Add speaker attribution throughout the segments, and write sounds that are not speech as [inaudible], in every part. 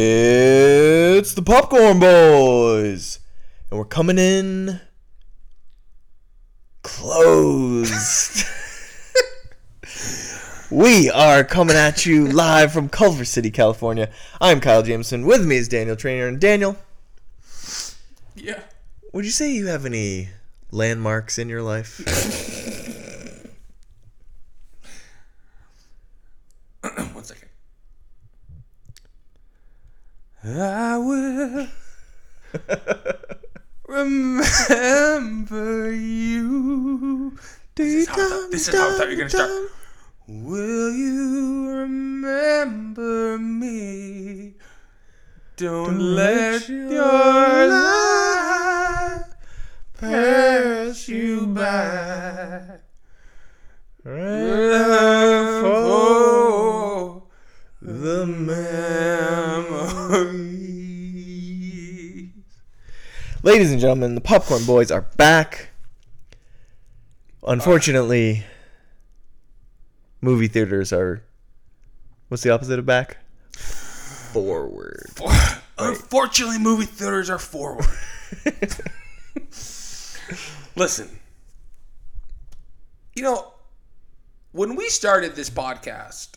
Speaker 1: It's the Popcorn Boys, and we're coming in closed. [laughs] we are coming at you live from Culver City, California. I'm Kyle Jameson. With me is Daniel Trainer, and Daniel,
Speaker 2: Yeah.
Speaker 1: would you say you have any landmarks in your life?
Speaker 2: [coughs] One second. I will remember you. This is how I thought, this is how I thought you were gonna start. Will you remember me? Don't, let, your, life pass you by. Oh,
Speaker 1: the
Speaker 2: memories.
Speaker 1: Ladies and gentlemen, the Popcorn Boys are back. Unfortunately, movie theaters are. What's the opposite of back? Forward.
Speaker 2: Unfortunately, movie theaters are [laughs] forward. Listen, you know, when we started this podcast,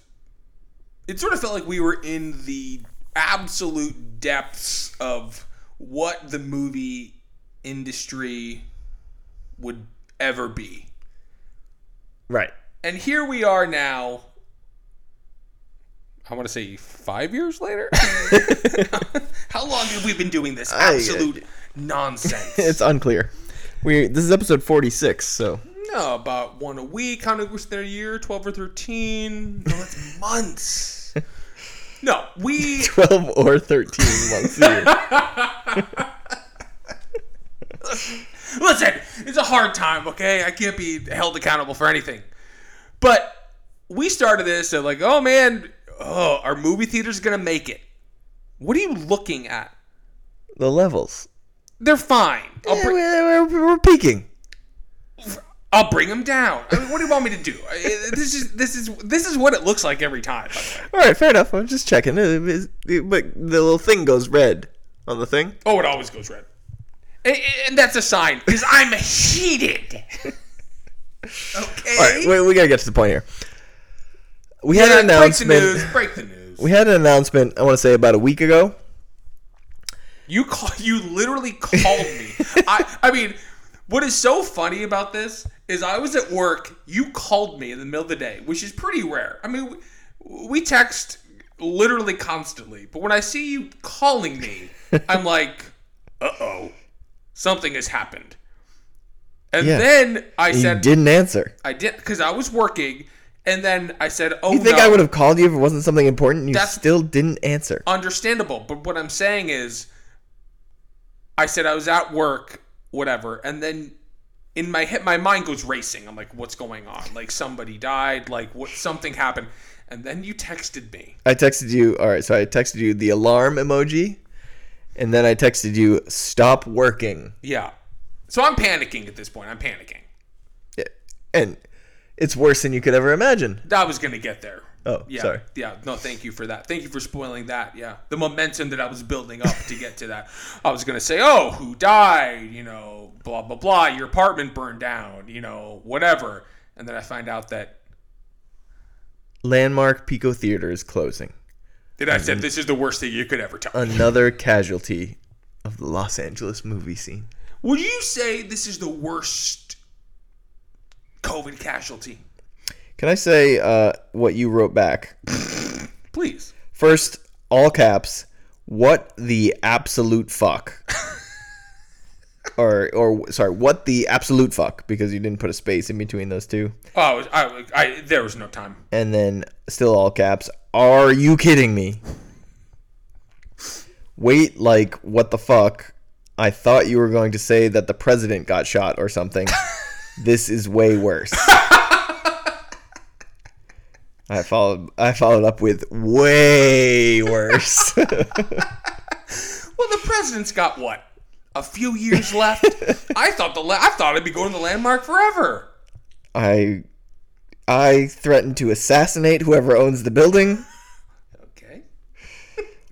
Speaker 2: it sort of felt like we were in the absolute depths of what the movie industry would ever be.
Speaker 1: Right.
Speaker 2: And here we are now. I want to say five years later. [laughs] How long have we been doing this
Speaker 1: I-
Speaker 2: absolute nonsense?
Speaker 1: [laughs] It's unclear. We this is episode forty six, so
Speaker 2: No, about one a week. How many was there a year? Twelve or thirteen? No, that's [laughs] months. No, [laughs] we
Speaker 1: twelve or thirteen months. a
Speaker 2: [laughs]
Speaker 1: year.
Speaker 2: listen. It's a hard time. Okay, I can't be held accountable for anything. But we started this and like, oh man, oh, our movie theater's gonna make it. What are you looking at?
Speaker 1: The levels.
Speaker 2: They're fine. I'll,
Speaker 1: Yeah,
Speaker 2: bring,
Speaker 1: we're, we're, we're peaking.
Speaker 2: I'll bring them down. I mean, what do you want me to do? I- I- This is this is this is what it looks like every time. by the way.
Speaker 1: All right, fair enough. I'm just checking. It- it- it- but the little thing goes red on the thing.
Speaker 2: Oh, it always goes red, and, and that's a sign because I'm [laughs] heated. Okay.
Speaker 1: All right, we, we gotta get to the point here. We had an
Speaker 2: break the
Speaker 1: announcement.
Speaker 2: news. Break the news.
Speaker 1: We had an announcement, I want to say about a week ago.
Speaker 2: You call you literally called me. I I mean, what is so funny about this is I was at work. You called me in the middle of the day, which is pretty rare. I mean, we, we text literally constantly, but when I see you calling [laughs] me, I'm like, uh oh, something has happened. And
Speaker 1: Yeah.
Speaker 2: then I
Speaker 1: You
Speaker 2: said
Speaker 1: didn't answer.
Speaker 2: I did because I was working, and then I said, oh
Speaker 1: You think
Speaker 2: no.
Speaker 1: I would have called you if it wasn't something important? You
Speaker 2: That's-
Speaker 1: still didn't answer.
Speaker 2: understandable. But what I'm saying is, I said I was at work, whatever, and then in my head, my mind goes racing. I'm like, what's going on? Like somebody died. Like what? Something happened. And then you texted me.
Speaker 1: I texted you. All right, so I texted you the alarm emoji, and then I texted you stop working.
Speaker 2: Yeah. So I'm panicking at this point. I'm panicking.
Speaker 1: Yeah, And it's worse than you could ever imagine.
Speaker 2: I was gonna get there.
Speaker 1: Oh,
Speaker 2: yeah,
Speaker 1: sorry.
Speaker 2: Yeah. No, thank you for that. Thank you for spoiling that. Yeah. The momentum that I was building up to get to that. I was gonna say, oh, who died? You know, blah blah blah. Your apartment burned down. You know, whatever. And then I find out that
Speaker 1: Landmark Pico Theater is closing.
Speaker 2: that I said this is the worst thing you could ever tell.
Speaker 1: Another casualty of the Los Angeles movie scene.
Speaker 2: Would you say this is the worst COVID casualty?
Speaker 1: Can I say uh, what you wrote back?
Speaker 2: Please.
Speaker 1: First, all caps. What the absolute fuck? or, or sorry, what the absolute fuck? Because you didn't put a space in between those two.
Speaker 2: Oh, I, I, there was no time.
Speaker 1: And then, still all caps. Are you kidding me? Wait, like what the fuck? I thought you were going to say that the president got shot or
Speaker 2: [laughs]
Speaker 1: something. this is way worse. I followed. I followed up with way worse. [laughs]
Speaker 2: Well, the president's got what? A few years left. I thought the la- I thought I'd be going to the landmark forever.
Speaker 1: I I threatened to assassinate whoever owns the building.
Speaker 2: Okay.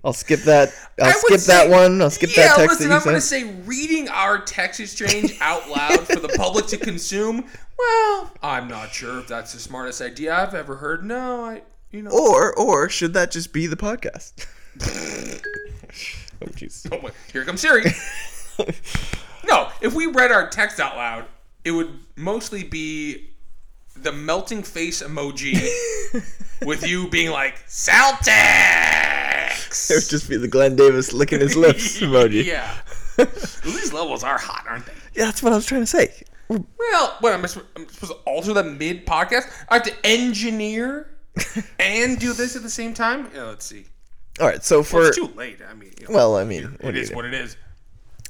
Speaker 1: I'll skip that. I'll
Speaker 2: I would
Speaker 1: skip that
Speaker 2: say-
Speaker 1: one. I'll skip
Speaker 2: yeah,
Speaker 1: that text
Speaker 2: listen,
Speaker 1: that you
Speaker 2: I'm
Speaker 1: sent.
Speaker 2: gonna say reading our text exchange out loud for the public to consume. Well, I'm not sure if that's the smartest idea I've ever heard. No, I, you know,
Speaker 1: or or should that just be the podcast? oh jeez.
Speaker 2: [laughs] oh my- here comes Siri. no, if we read our text out loud, it would mostly be the melting face emoji with you being like Celtics.
Speaker 1: It would just be the Glenn Davis licking his
Speaker 2: [laughs]
Speaker 1: lips emoji. [laughs]
Speaker 2: Yeah. These levels are hot, aren't they?
Speaker 1: Yeah, that's what I was trying to say.
Speaker 2: Well, what am I supposed, I'm supposed to alter the mid podcast? I have to engineer [laughs] and do this at the same time. Yeah, let's see.
Speaker 1: All right, so for
Speaker 2: It's too late. I mean, you know,
Speaker 1: well, I mean, what
Speaker 2: it
Speaker 1: do you
Speaker 2: is
Speaker 1: do?
Speaker 2: what it is.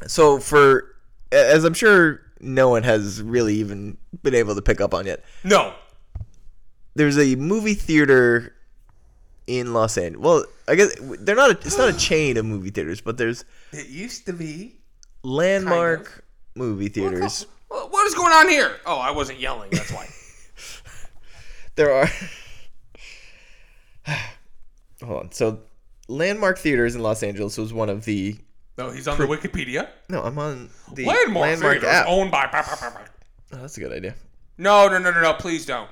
Speaker 1: so for as I'm sure no one has really even been able to pick up on yet.
Speaker 2: No,
Speaker 1: There's a movie theater in Los Angeles. Well, I guess they're not. A, it's not a chain of movie theaters, but there's
Speaker 2: it used to be.
Speaker 1: landmark movie theaters.
Speaker 2: Well, What is going on here? Oh, I wasn't yelling. That's why.
Speaker 1: There are. [sighs] Hold on. So, Landmark Theaters in Los Angeles was one of the.
Speaker 2: [laughs] No, he's on the Wikipedia.
Speaker 1: No, I'm on the
Speaker 2: Landmark,
Speaker 1: Landmark
Speaker 2: Theater
Speaker 1: app.
Speaker 2: is owned by. bah, bah, bah, bah.
Speaker 1: Oh, that's a good idea.
Speaker 2: No, no, no, no, no. Please don't.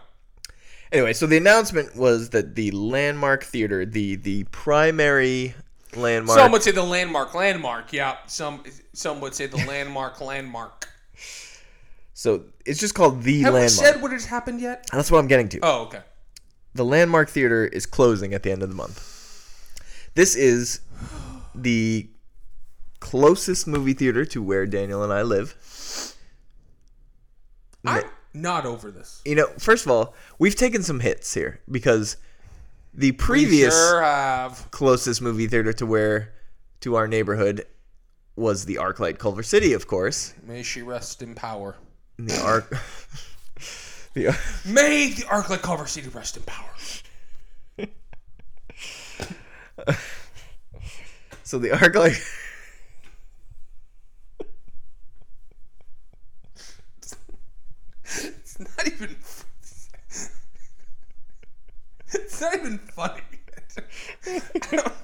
Speaker 1: Anyway, so the announcement was that the Landmark Theater, the the primary landmark,
Speaker 2: Some would say the landmark, landmark. Yeah. Some some would say
Speaker 1: [laughs]
Speaker 2: the landmark, landmark.
Speaker 1: so it's just called the
Speaker 2: Have
Speaker 1: Landmark.
Speaker 2: we said what has happened yet?
Speaker 1: that's what I'm getting to.
Speaker 2: Oh, okay.
Speaker 1: the Landmark Theater is closing at the end of the month. This is the closest movie theater to where Daniel and I live.
Speaker 2: I'm not over this.
Speaker 1: You know, first of all, we've taken some hits here because the
Speaker 2: We
Speaker 1: previous
Speaker 2: sure have.
Speaker 1: closest movie theater to where to our neighborhood was the ArcLight Culver City, of course.
Speaker 2: May she rest in power.
Speaker 1: And the Arc [laughs] the
Speaker 2: May the Arclight Culver City rest in power.
Speaker 1: So the ArcLight [laughs]
Speaker 2: It's not even. It's not even funny. [laughs] I don't-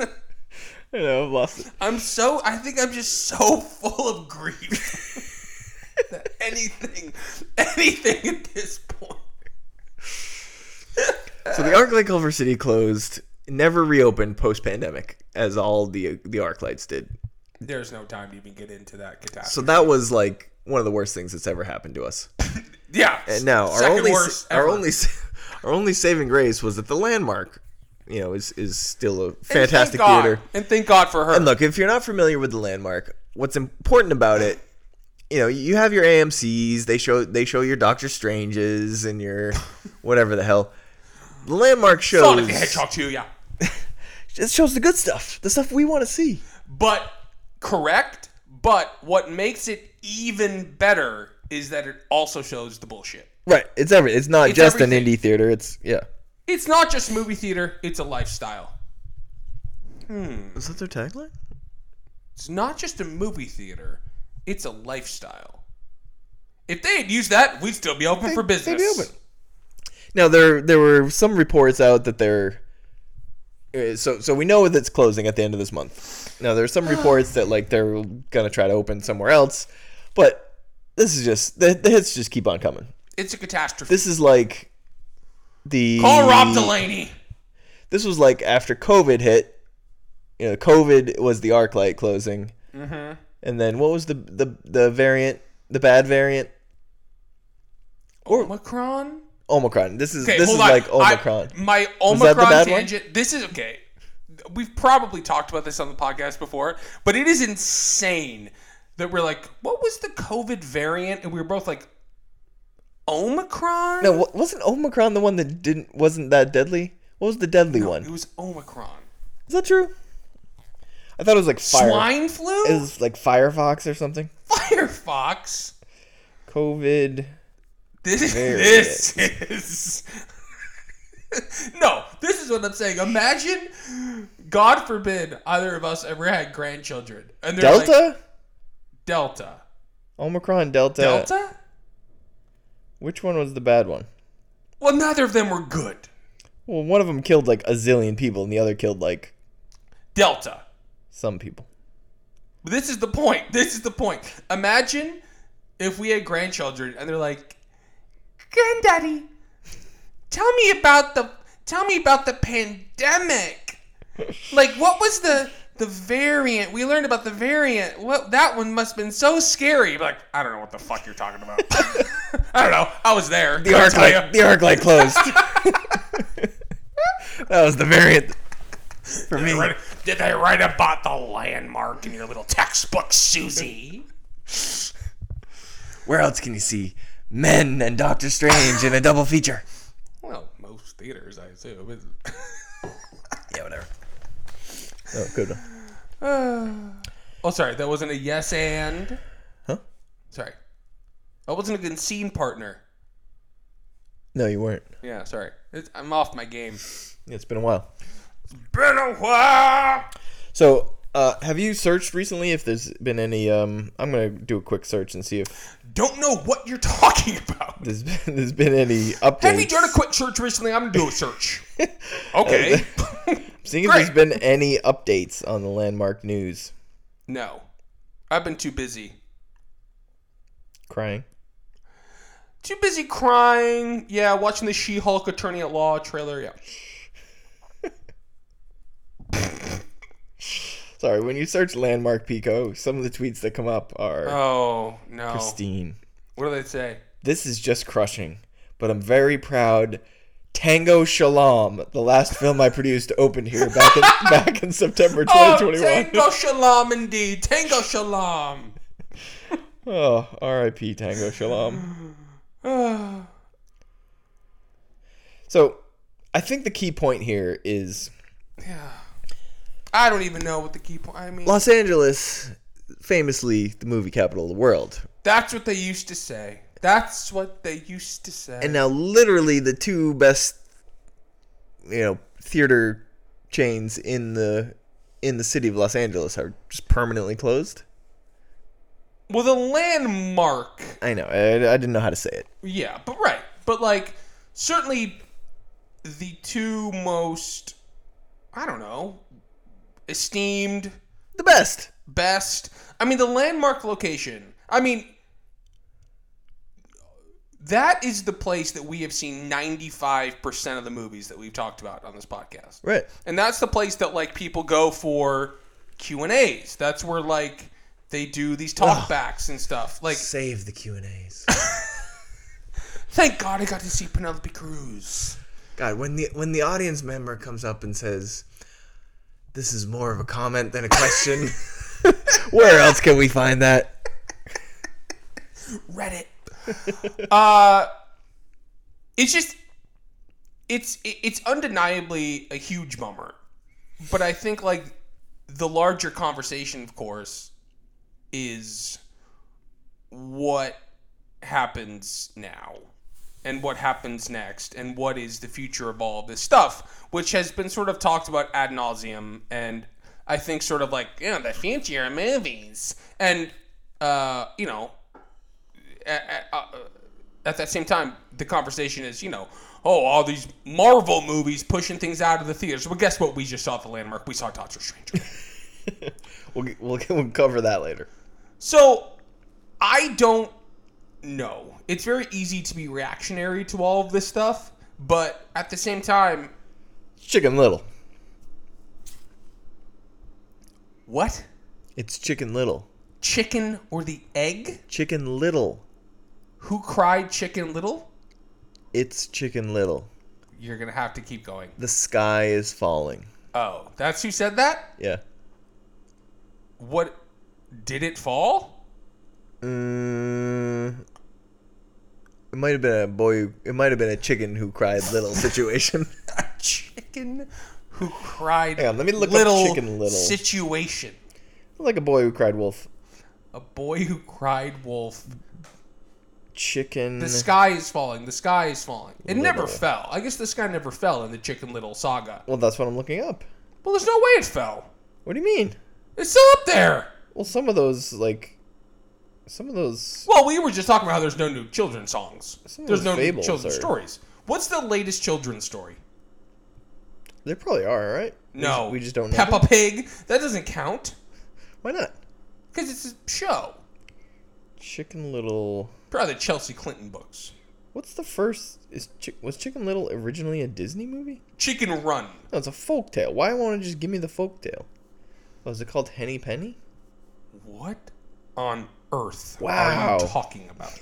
Speaker 1: I don't know, I've lost it.
Speaker 2: I'm so. I think I'm just so full of grief. that anything, anything at this point.
Speaker 1: So the ArcLight Culver City closed, never reopened post pandemic, as all the the ArcLights did.
Speaker 2: There's no time to even get into that catastrophe.
Speaker 1: So that was like one of the worst things that's ever happened to us.
Speaker 2: yeah.
Speaker 1: And now uh, our
Speaker 2: second
Speaker 1: only
Speaker 2: worst
Speaker 1: our
Speaker 2: ever.
Speaker 1: only [laughs] our only saving grace was that the landmark, you know, is is still a
Speaker 2: And thank
Speaker 1: fantastic
Speaker 2: God-
Speaker 1: theater.
Speaker 2: And thank God for her.
Speaker 1: And look, if you're not familiar with the landmark, what's important about it, you know, you have your AMC's, they show they show your Doctor Stranges and your
Speaker 2: [laughs]
Speaker 1: whatever the hell. The landmark shows
Speaker 2: Sonic the Hedgehog 2, yeah.
Speaker 1: it shows the good stuff, the stuff we want to see.
Speaker 2: But correct. But what makes it even better is that it also shows the bullshit.
Speaker 1: Right, it's every it's not just an
Speaker 2: everything.
Speaker 1: indie theater. It's yeah.
Speaker 2: It's not just movie theater; it's a lifestyle.
Speaker 1: Is that their tagline?
Speaker 2: It's not just a movie theater; it's a lifestyle. If they had used that, we'd still be open for business.
Speaker 1: open. Now there there were some reports out that they're uh, so so we know that it's closing at the end of this month. Now there's some reports that like they're gonna try to open somewhere else, but this is just the, the hits just keep on coming.
Speaker 2: It's a catastrophe.
Speaker 1: This is like the
Speaker 2: Call Rob Delaney.
Speaker 1: This was like after COVID hit. You know, COVID was the arc light closing, mm-hmm. and then what was the the the variant, the bad variant,
Speaker 2: Omicron.
Speaker 1: Omicron. This is
Speaker 2: Okay,
Speaker 1: this is
Speaker 2: hold on.
Speaker 1: like
Speaker 2: I-
Speaker 1: Omicron.
Speaker 2: my
Speaker 1: that the
Speaker 2: Omicron
Speaker 1: bad one?
Speaker 2: tangent. This is okay. We've probably talked about this on the podcast before, but it is insane that we're like, what was the COVID variant? And we were both like, Omicron?
Speaker 1: No, wa- wasn't Omicron the one that didn't wasn't that deadly? What was the deadly
Speaker 2: It
Speaker 1: one?
Speaker 2: was Omicron.
Speaker 1: Is that true? I thought it was like fire.
Speaker 2: Swine flu?
Speaker 1: It was like Firefox or something.
Speaker 2: Firefox.
Speaker 1: COVID.
Speaker 2: This, this is. [laughs] no, this is what I'm saying. Imagine, God forbid, either of us ever had grandchildren. And they're like,
Speaker 1: Delta?
Speaker 2: Delta.
Speaker 1: Omicron, Delta.
Speaker 2: Delta?
Speaker 1: Which one was the bad one?
Speaker 2: Well, neither of them were good.
Speaker 1: Well, one of them killed like a zillion people and the other killed like
Speaker 2: Delta.
Speaker 1: Some people.
Speaker 2: This is the point. [laughs] This is the point. Imagine if we had grandchildren and they're like, "Granddaddy, tell me about the tell me about the pandemic. Like, what was the the variant? We learned about the variant. What that one must have been so scary. You'd be Like, I don't know what the fuck you're talking about. [laughs] I don't know. I was there.
Speaker 1: The arc light. The arc light
Speaker 2: [laughs]
Speaker 1: closed. [laughs] that was the variant for me.
Speaker 2: Did they write about the landmark in your little textbook, Susie?
Speaker 1: Where else can you see men and Doctor Strange in a double feature?
Speaker 2: Well, most theaters, I assume. [sighs]
Speaker 1: Yeah, whatever. Oh, good one.
Speaker 2: oh, sorry, that wasn't a yes and.
Speaker 1: Huh?
Speaker 2: Sorry, that wasn't a good scene partner.
Speaker 1: No, you weren't.
Speaker 2: Yeah, sorry, it's, I'm off my game.
Speaker 1: It's been a while.
Speaker 2: Been a while.
Speaker 1: So, uh, have you searched recently if there's been any? Um, I'm gonna do a quick search and see if
Speaker 2: Don't know what you're talking about.
Speaker 1: there's [laughs] been, there's been any updates.
Speaker 2: Have you done a quick search recently? I'm gonna do a [laughs] search. okay.
Speaker 1: Seeing if
Speaker 2: Great.
Speaker 1: there's been any updates on the landmark news.
Speaker 2: no, I've been too busy.
Speaker 1: Crying.
Speaker 2: Too busy crying. Yeah, watching the She-Hulk Attorney at Law trailer. Yeah.
Speaker 1: Sorry, when you search landmark Pico, some of the tweets that come up are
Speaker 2: Oh no.
Speaker 1: pristine.
Speaker 2: What do they say?
Speaker 1: This is just crushing, but I'm very proud. Tango Shalom, the last film I produced, opened here back in, [laughs] back in September
Speaker 2: Oh,
Speaker 1: 2021.
Speaker 2: Tango Shalom indeed. Tango Shalom. [sighs]
Speaker 1: Oh, R.I.P. Tango Shalom.
Speaker 2: Ah.
Speaker 1: So, I think the key point here is
Speaker 2: yeah. I don't even know what the key point. I mean,
Speaker 1: Los Angeles, famously the movie capital of the world,
Speaker 2: that's what they used to say. That's what they used to say.
Speaker 1: and now literally the two best, you know, theater chains in the in the city of Los Angeles are just permanently closed.
Speaker 2: well, the landmark.
Speaker 1: I know, I, I didn't know how to say it.
Speaker 2: Yeah, but right. But like, certainly, the two most. I don't know. Esteemed,
Speaker 1: The best.
Speaker 2: best. I mean, the landmark location. I mean, that is the place that we have seen 95% of the movies that we've talked about on this podcast.
Speaker 1: Right.
Speaker 2: And that's the place that like people go for Q&As. That's where like they do these talkbacks and stuff. Like
Speaker 1: Save the Q and A's.
Speaker 2: thank God I got to see Penelope Cruz.
Speaker 1: God, when the when the audience member comes up and says, "This is more of a comment than a question," [laughs] where else can we find that?
Speaker 2: Reddit. [laughs] uh, it's just, it's it- it's undeniably a huge bummer, but I think like the larger conversation, of course, is what happens now and what happens next and what is the future of all of this stuff which has been sort of talked about ad nauseum and i think sort of like you know the future of movies and uh, you know at, at, at that same time, the conversation is, you know, oh, all these Marvel movies pushing things out of the theaters. Well, guess what? We just saw at the landmark. We saw Doctor Strange.
Speaker 1: We'll, get- we'll [laughs] we'll cover that later.
Speaker 2: so I don't know. It's very easy to be reactionary to all of this stuff, but at the same time,
Speaker 1: Chicken Little.
Speaker 2: what?
Speaker 1: It's Chicken Little.
Speaker 2: Chicken or the egg?
Speaker 1: Chicken Little.
Speaker 2: Who cried Chicken Little?
Speaker 1: It's Chicken Little.
Speaker 2: You're gonna have to keep going.
Speaker 1: The sky is falling.
Speaker 2: Oh, that's who said that?
Speaker 1: Yeah.
Speaker 2: What? Did it fall?
Speaker 1: Mm, it might have been a boy. It might have been a chicken who cried [laughs] little situation.
Speaker 2: chicken who cried
Speaker 1: Hang on, let me look up
Speaker 2: little,
Speaker 1: Chicken Little.
Speaker 2: situation.
Speaker 1: like a boy who cried wolf.
Speaker 2: A boy who cried wolf.
Speaker 1: Chicken.
Speaker 2: The sky is falling. The sky is falling. It never
Speaker 1: Little.
Speaker 2: fell. I guess the sky never fell in the Chicken Little saga.
Speaker 1: well, that's what I'm looking up.
Speaker 2: Well, there's no way it fell.
Speaker 1: What do you mean?
Speaker 2: It's still up there.
Speaker 1: Well, some of those like, some of those.
Speaker 2: Well, we were just talking about how there's no new children's songs.
Speaker 1: of
Speaker 2: there's
Speaker 1: those
Speaker 2: no new
Speaker 1: fables
Speaker 2: children's
Speaker 1: are-
Speaker 2: stories. What's the latest children's story?
Speaker 1: There probably are, right? We
Speaker 2: No,
Speaker 1: just- we just don't know.
Speaker 2: Peppa Pig. That doesn't count
Speaker 1: Why not?
Speaker 2: because it's a show.
Speaker 1: Chicken Little.
Speaker 2: Probably the Chelsea Clinton books.
Speaker 1: What's the first? Is Chick- was Chicken Little originally a Disney movie?
Speaker 2: Chicken Run.
Speaker 1: No, it's a folktale. Why won't it just give me the folktale? Oh, is it called Henny Penny?
Speaker 2: What on earth
Speaker 1: Wow.
Speaker 2: are you talking about?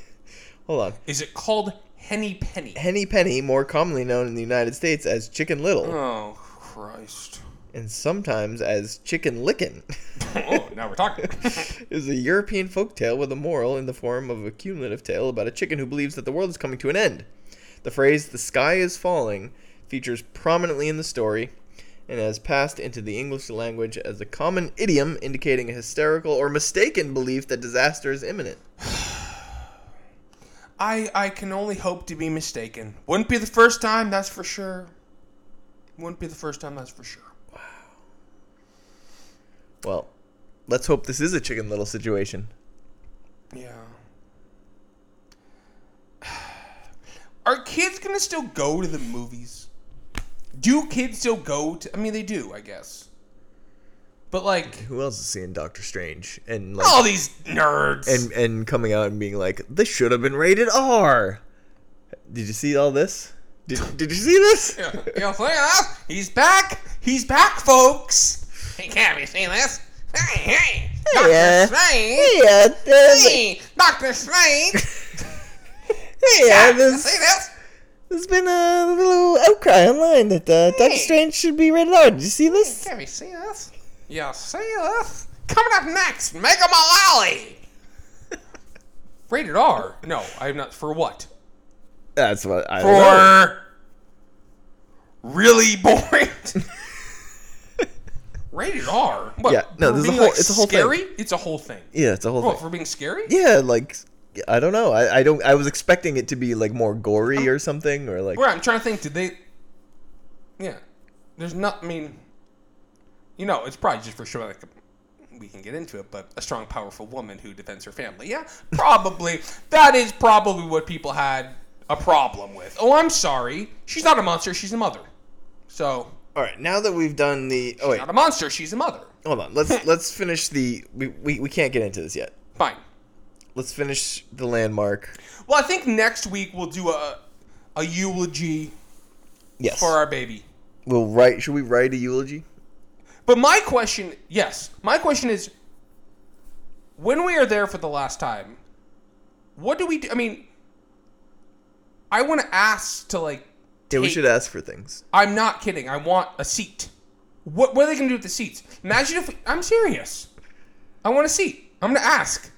Speaker 1: Hold on.
Speaker 2: Is it called Henny Penny?
Speaker 1: Henny Penny, more commonly known in the United States as Chicken Little,
Speaker 2: Oh Christ!
Speaker 1: and sometimes as Chicken Lickin', [laughs]
Speaker 2: Oh, now we're talking. [laughs]
Speaker 1: is a European folktale with a moral in the form of a cumulative tale about a chicken who believes that the world is coming to an end. The phrase "the sky is falling" features prominently in the story, and has passed into the English language as a common idiom indicating a hysterical or mistaken belief that disaster is imminent.
Speaker 2: I I can only hope to be mistaken. Wouldn't be the first time, that's for sure. Wouldn't be the first time, that's for sure.
Speaker 1: Well, let's hope this is a Chicken Little situation.
Speaker 2: Yeah. [sighs] Are kids gonna still go to the movies? Do kids still go to? I mean, they do, I guess. But like
Speaker 1: Who else is seeing Doctor Strange and like
Speaker 2: all these nerds.
Speaker 1: and and coming out and being like, this should have been rated R. Did you see all this? Did, did you see
Speaker 2: [laughs]
Speaker 1: this?
Speaker 2: you know, look at that. he's back. He's back, folks. Hey, can't be seen this. Hey, hey, Doctor
Speaker 1: Yeah.
Speaker 2: Strange.
Speaker 1: Yeah, there's-
Speaker 2: Hey, Doctor Strange.
Speaker 1: yeah,
Speaker 2: [laughs] Yeah,
Speaker 1: there's-
Speaker 2: see this?
Speaker 1: there's been a little outcry online that uh, Doctor
Speaker 2: Hey.
Speaker 1: Strange should be rated R. Did you see this?
Speaker 2: Can we see this? Yeah, see this? Coming up next, Mega Malali! Rated R. No, I'm not. For what?
Speaker 1: That's what I don't know.
Speaker 2: For. Really [laughs] boring. Rated R. What,
Speaker 1: Yeah, no,
Speaker 2: for
Speaker 1: this is a
Speaker 2: being,
Speaker 1: whole- it's a whole thing.
Speaker 2: scary? It's a whole thing.
Speaker 1: Yeah, it's a whole
Speaker 2: What,
Speaker 1: thing.
Speaker 2: for being scary?
Speaker 1: Yeah, like I don't know. I, I don't. I was expecting it to be like more gory or something, or like
Speaker 2: Where I'm trying to think, did they. Yeah. There's not. I mean. You know, it's probably just for sure, like, we can get into it, but a strong, powerful woman who defends her family. Yeah, probably. [laughs] that is probably what people had a problem with. Oh, I'm sorry. She's not a monster, she's a mother. So,
Speaker 1: All right, now that we've done the oh wait,
Speaker 2: not a monster, she's a mother.
Speaker 1: hold on. [laughs] Let's let's finish the we, we we can't get into this yet.
Speaker 2: Fine.
Speaker 1: Let's finish the landmark.
Speaker 2: Well, I think next week we'll do a, a eulogy
Speaker 1: Yes.
Speaker 2: for our baby.
Speaker 1: we'll write. Should we write a eulogy?
Speaker 2: But my question, yes, my question is, when we are there for the last time, what do we do? I mean, I want to ask to like.
Speaker 1: Yeah, we
Speaker 2: take-
Speaker 1: should ask for things.
Speaker 2: I'm not kidding. I want a seat. What, what are they going to do with the seats? Imagine if I'm serious. I want a seat. I'm going to ask.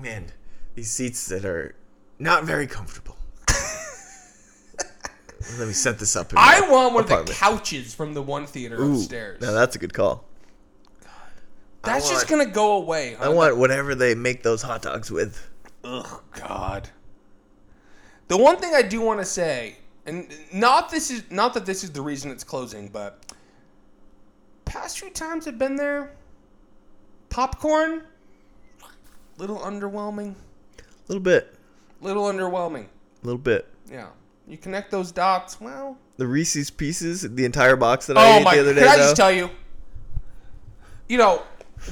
Speaker 1: Man, these seats that are not very [laughs] comfortable. Let me set this up. In
Speaker 2: I want one of the
Speaker 1: apartment.
Speaker 2: couches from the one theater upstairs.
Speaker 1: Now that's a good call.
Speaker 2: That's
Speaker 1: want-
Speaker 2: just going to go away.
Speaker 1: I want whatever they make those hot dogs with.
Speaker 2: Ugh, God. The one thing I do want to say, and not this is not that this is the reason it's closing, but past few times I've been there, popcorn, little underwhelming,
Speaker 1: A little bit,
Speaker 2: little underwhelming.
Speaker 1: a little bit.
Speaker 2: Yeah, you connect those dots. Well,
Speaker 1: The Reese's Pieces, the entire box that I
Speaker 2: oh
Speaker 1: ate
Speaker 2: my!
Speaker 1: the other
Speaker 2: Can
Speaker 1: day.
Speaker 2: I
Speaker 1: though,
Speaker 2: just tell you? You know,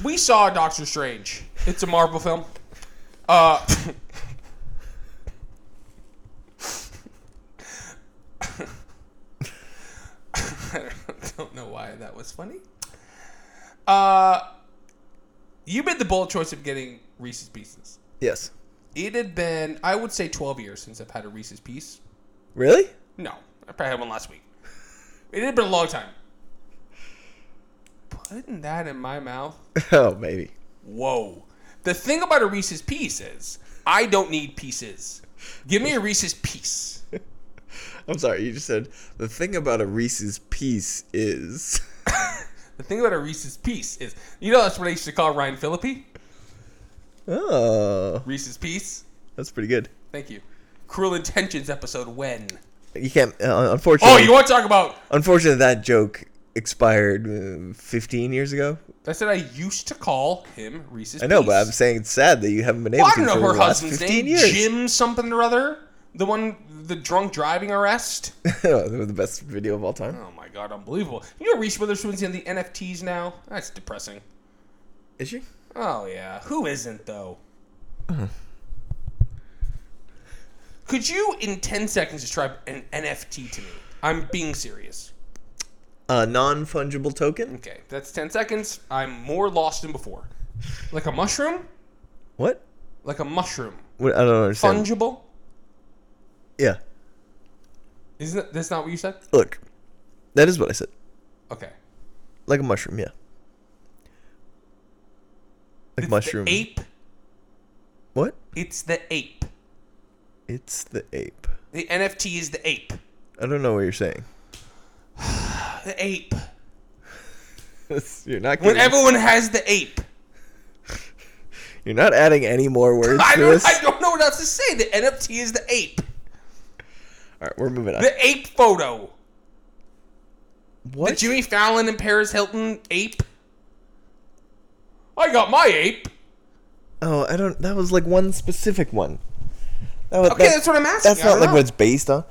Speaker 2: we saw Doctor Strange. It's a Marvel film. Uh, [laughs] I don't know why that was funny. Uh, you made the bold choice of getting Reese's Pieces.
Speaker 1: yes.
Speaker 2: It had been, I would say, 12 years since I've had a Reese's Piece.
Speaker 1: Really? [laughs]
Speaker 2: No, I probably had one last week. It had been a long time. Putting that in my mouth.
Speaker 1: Oh, maybe.
Speaker 2: Whoa. The thing about a Reese's piece is I don't need pieces. Give me a Reese's piece.
Speaker 1: I'm sorry. You just said the thing about a Reese's Piece is. [laughs]
Speaker 2: The thing about a Reese's piece is you know that's what I used to call Ryan Philippi?
Speaker 1: Oh,
Speaker 2: Reese's piece.
Speaker 1: that's pretty good.
Speaker 2: Thank you. Cruel Intentions episode when?
Speaker 1: You can't. Uh, unfortunately.
Speaker 2: Oh, you want to talk about
Speaker 1: Unfortunately, that joke expired uh, 15 years ago.
Speaker 2: I said I used to call him Reese's
Speaker 1: I know, but
Speaker 2: Piece.
Speaker 1: I'm saying it's sad that you haven't been able
Speaker 2: Well, I
Speaker 1: to
Speaker 2: don't know
Speaker 1: for
Speaker 2: her
Speaker 1: the last [laughs]
Speaker 2: husband's
Speaker 1: 15
Speaker 2: name.
Speaker 1: years.
Speaker 2: Jim something or other. The one, the drunk
Speaker 1: [laughs]
Speaker 2: driving arrest.
Speaker 1: the best video of all time.
Speaker 2: Oh my god, unbelievable! You know Reese Witherspoon's in the NFTs now. That's depressing.
Speaker 1: Is she?
Speaker 2: Oh yeah, who
Speaker 1: [sighs]
Speaker 2: isn't though? Could you, in ten seconds, describe an NFT to me? I'm being serious.
Speaker 1: A non fungible Uh, token?
Speaker 2: Okay, that's ten seconds. I'm more lost than before. Like a mushroom?
Speaker 1: What?
Speaker 2: Like a mushroom?
Speaker 1: what? I don't understand.
Speaker 2: Fungible?
Speaker 1: yeah.
Speaker 2: Isn't that, that's not what you said?
Speaker 1: Look, that is what I said.
Speaker 2: Okay.
Speaker 1: Like a mushroom, yeah. Like
Speaker 2: It's
Speaker 1: mushroom.
Speaker 2: The ape.
Speaker 1: What?
Speaker 2: It's the ape.
Speaker 1: It's the ape.
Speaker 2: The NFT is the ape.
Speaker 1: I don't know what you're saying. [laughs]
Speaker 2: The ape.
Speaker 1: you're not.
Speaker 2: When
Speaker 1: getting-
Speaker 2: everyone has the ape.
Speaker 1: You're not adding any more words
Speaker 2: [laughs] I
Speaker 1: to
Speaker 2: don't,
Speaker 1: this.
Speaker 2: I don't know what else to say. The NFT is the ape.
Speaker 1: All right, we're moving on.
Speaker 2: The ape photo. The
Speaker 1: what?
Speaker 2: Jimmy Fallon and Paris Hilton ape. I got my ape.
Speaker 1: oh, I don't. That was like one specific one. That was,
Speaker 2: Okay,
Speaker 1: that-
Speaker 2: that's what I'm asking.
Speaker 1: That's
Speaker 2: I don't
Speaker 1: not like
Speaker 2: know.
Speaker 1: what it's based on.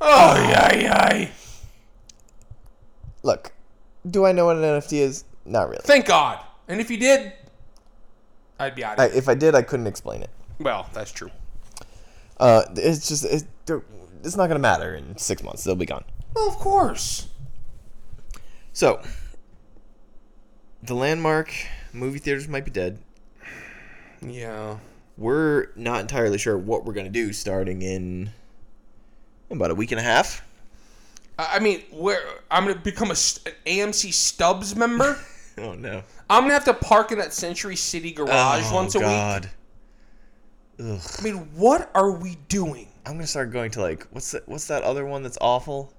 Speaker 2: Oh, yeah, yeah.
Speaker 1: Look, do I know what an NFT is? Not really.
Speaker 2: Thank God. And if you did, I'd be out of
Speaker 1: I,
Speaker 2: here.
Speaker 1: if I did, I couldn't explain it.
Speaker 2: Well, that's true.
Speaker 1: Uh, it's just it, they're- it's not gonna matter in six months. They'll be gone.
Speaker 2: Well, of course.
Speaker 1: So, the landmark movie theaters might be dead.
Speaker 2: Yeah.
Speaker 1: We're not entirely sure what we're gonna do starting in about a week and a half. [laughs]
Speaker 2: I I mean, where I'm gonna become a st- an AMC Stubbs
Speaker 1: [laughs]
Speaker 2: member.
Speaker 1: Oh no!
Speaker 2: I'm gonna have to park in that Century City garage
Speaker 1: Oh,
Speaker 2: once a week.
Speaker 1: Ugh.
Speaker 2: I mean, what are we doing?
Speaker 1: I'm gonna start going to like what's that, what's that other one that's awful?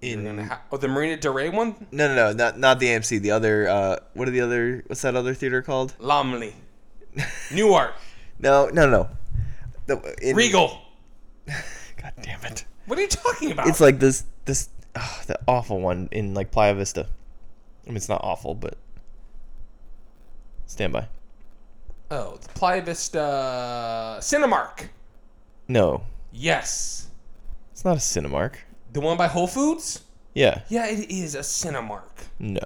Speaker 1: In
Speaker 2: We're gonna ha- oh, the Marina Del Rey one,
Speaker 1: no no no not not the AMC the other uh what are the other what's that other theater called? [laughs]
Speaker 2: Lamley, Newark,
Speaker 1: No no no. The, in,
Speaker 2: Regal.
Speaker 1: God damn it!
Speaker 2: What are you talking about?
Speaker 1: It's like this this oh, the awful one in like Playa Vista. I mean it's not awful but stand by.
Speaker 2: oh, the Playa Vista uh, Cinemark.
Speaker 1: No,
Speaker 2: Yes,
Speaker 1: it's not a Cinemark.
Speaker 2: the one by Whole Foods.
Speaker 1: Yeah.
Speaker 2: Yeah, it is a Cinemark.
Speaker 1: No,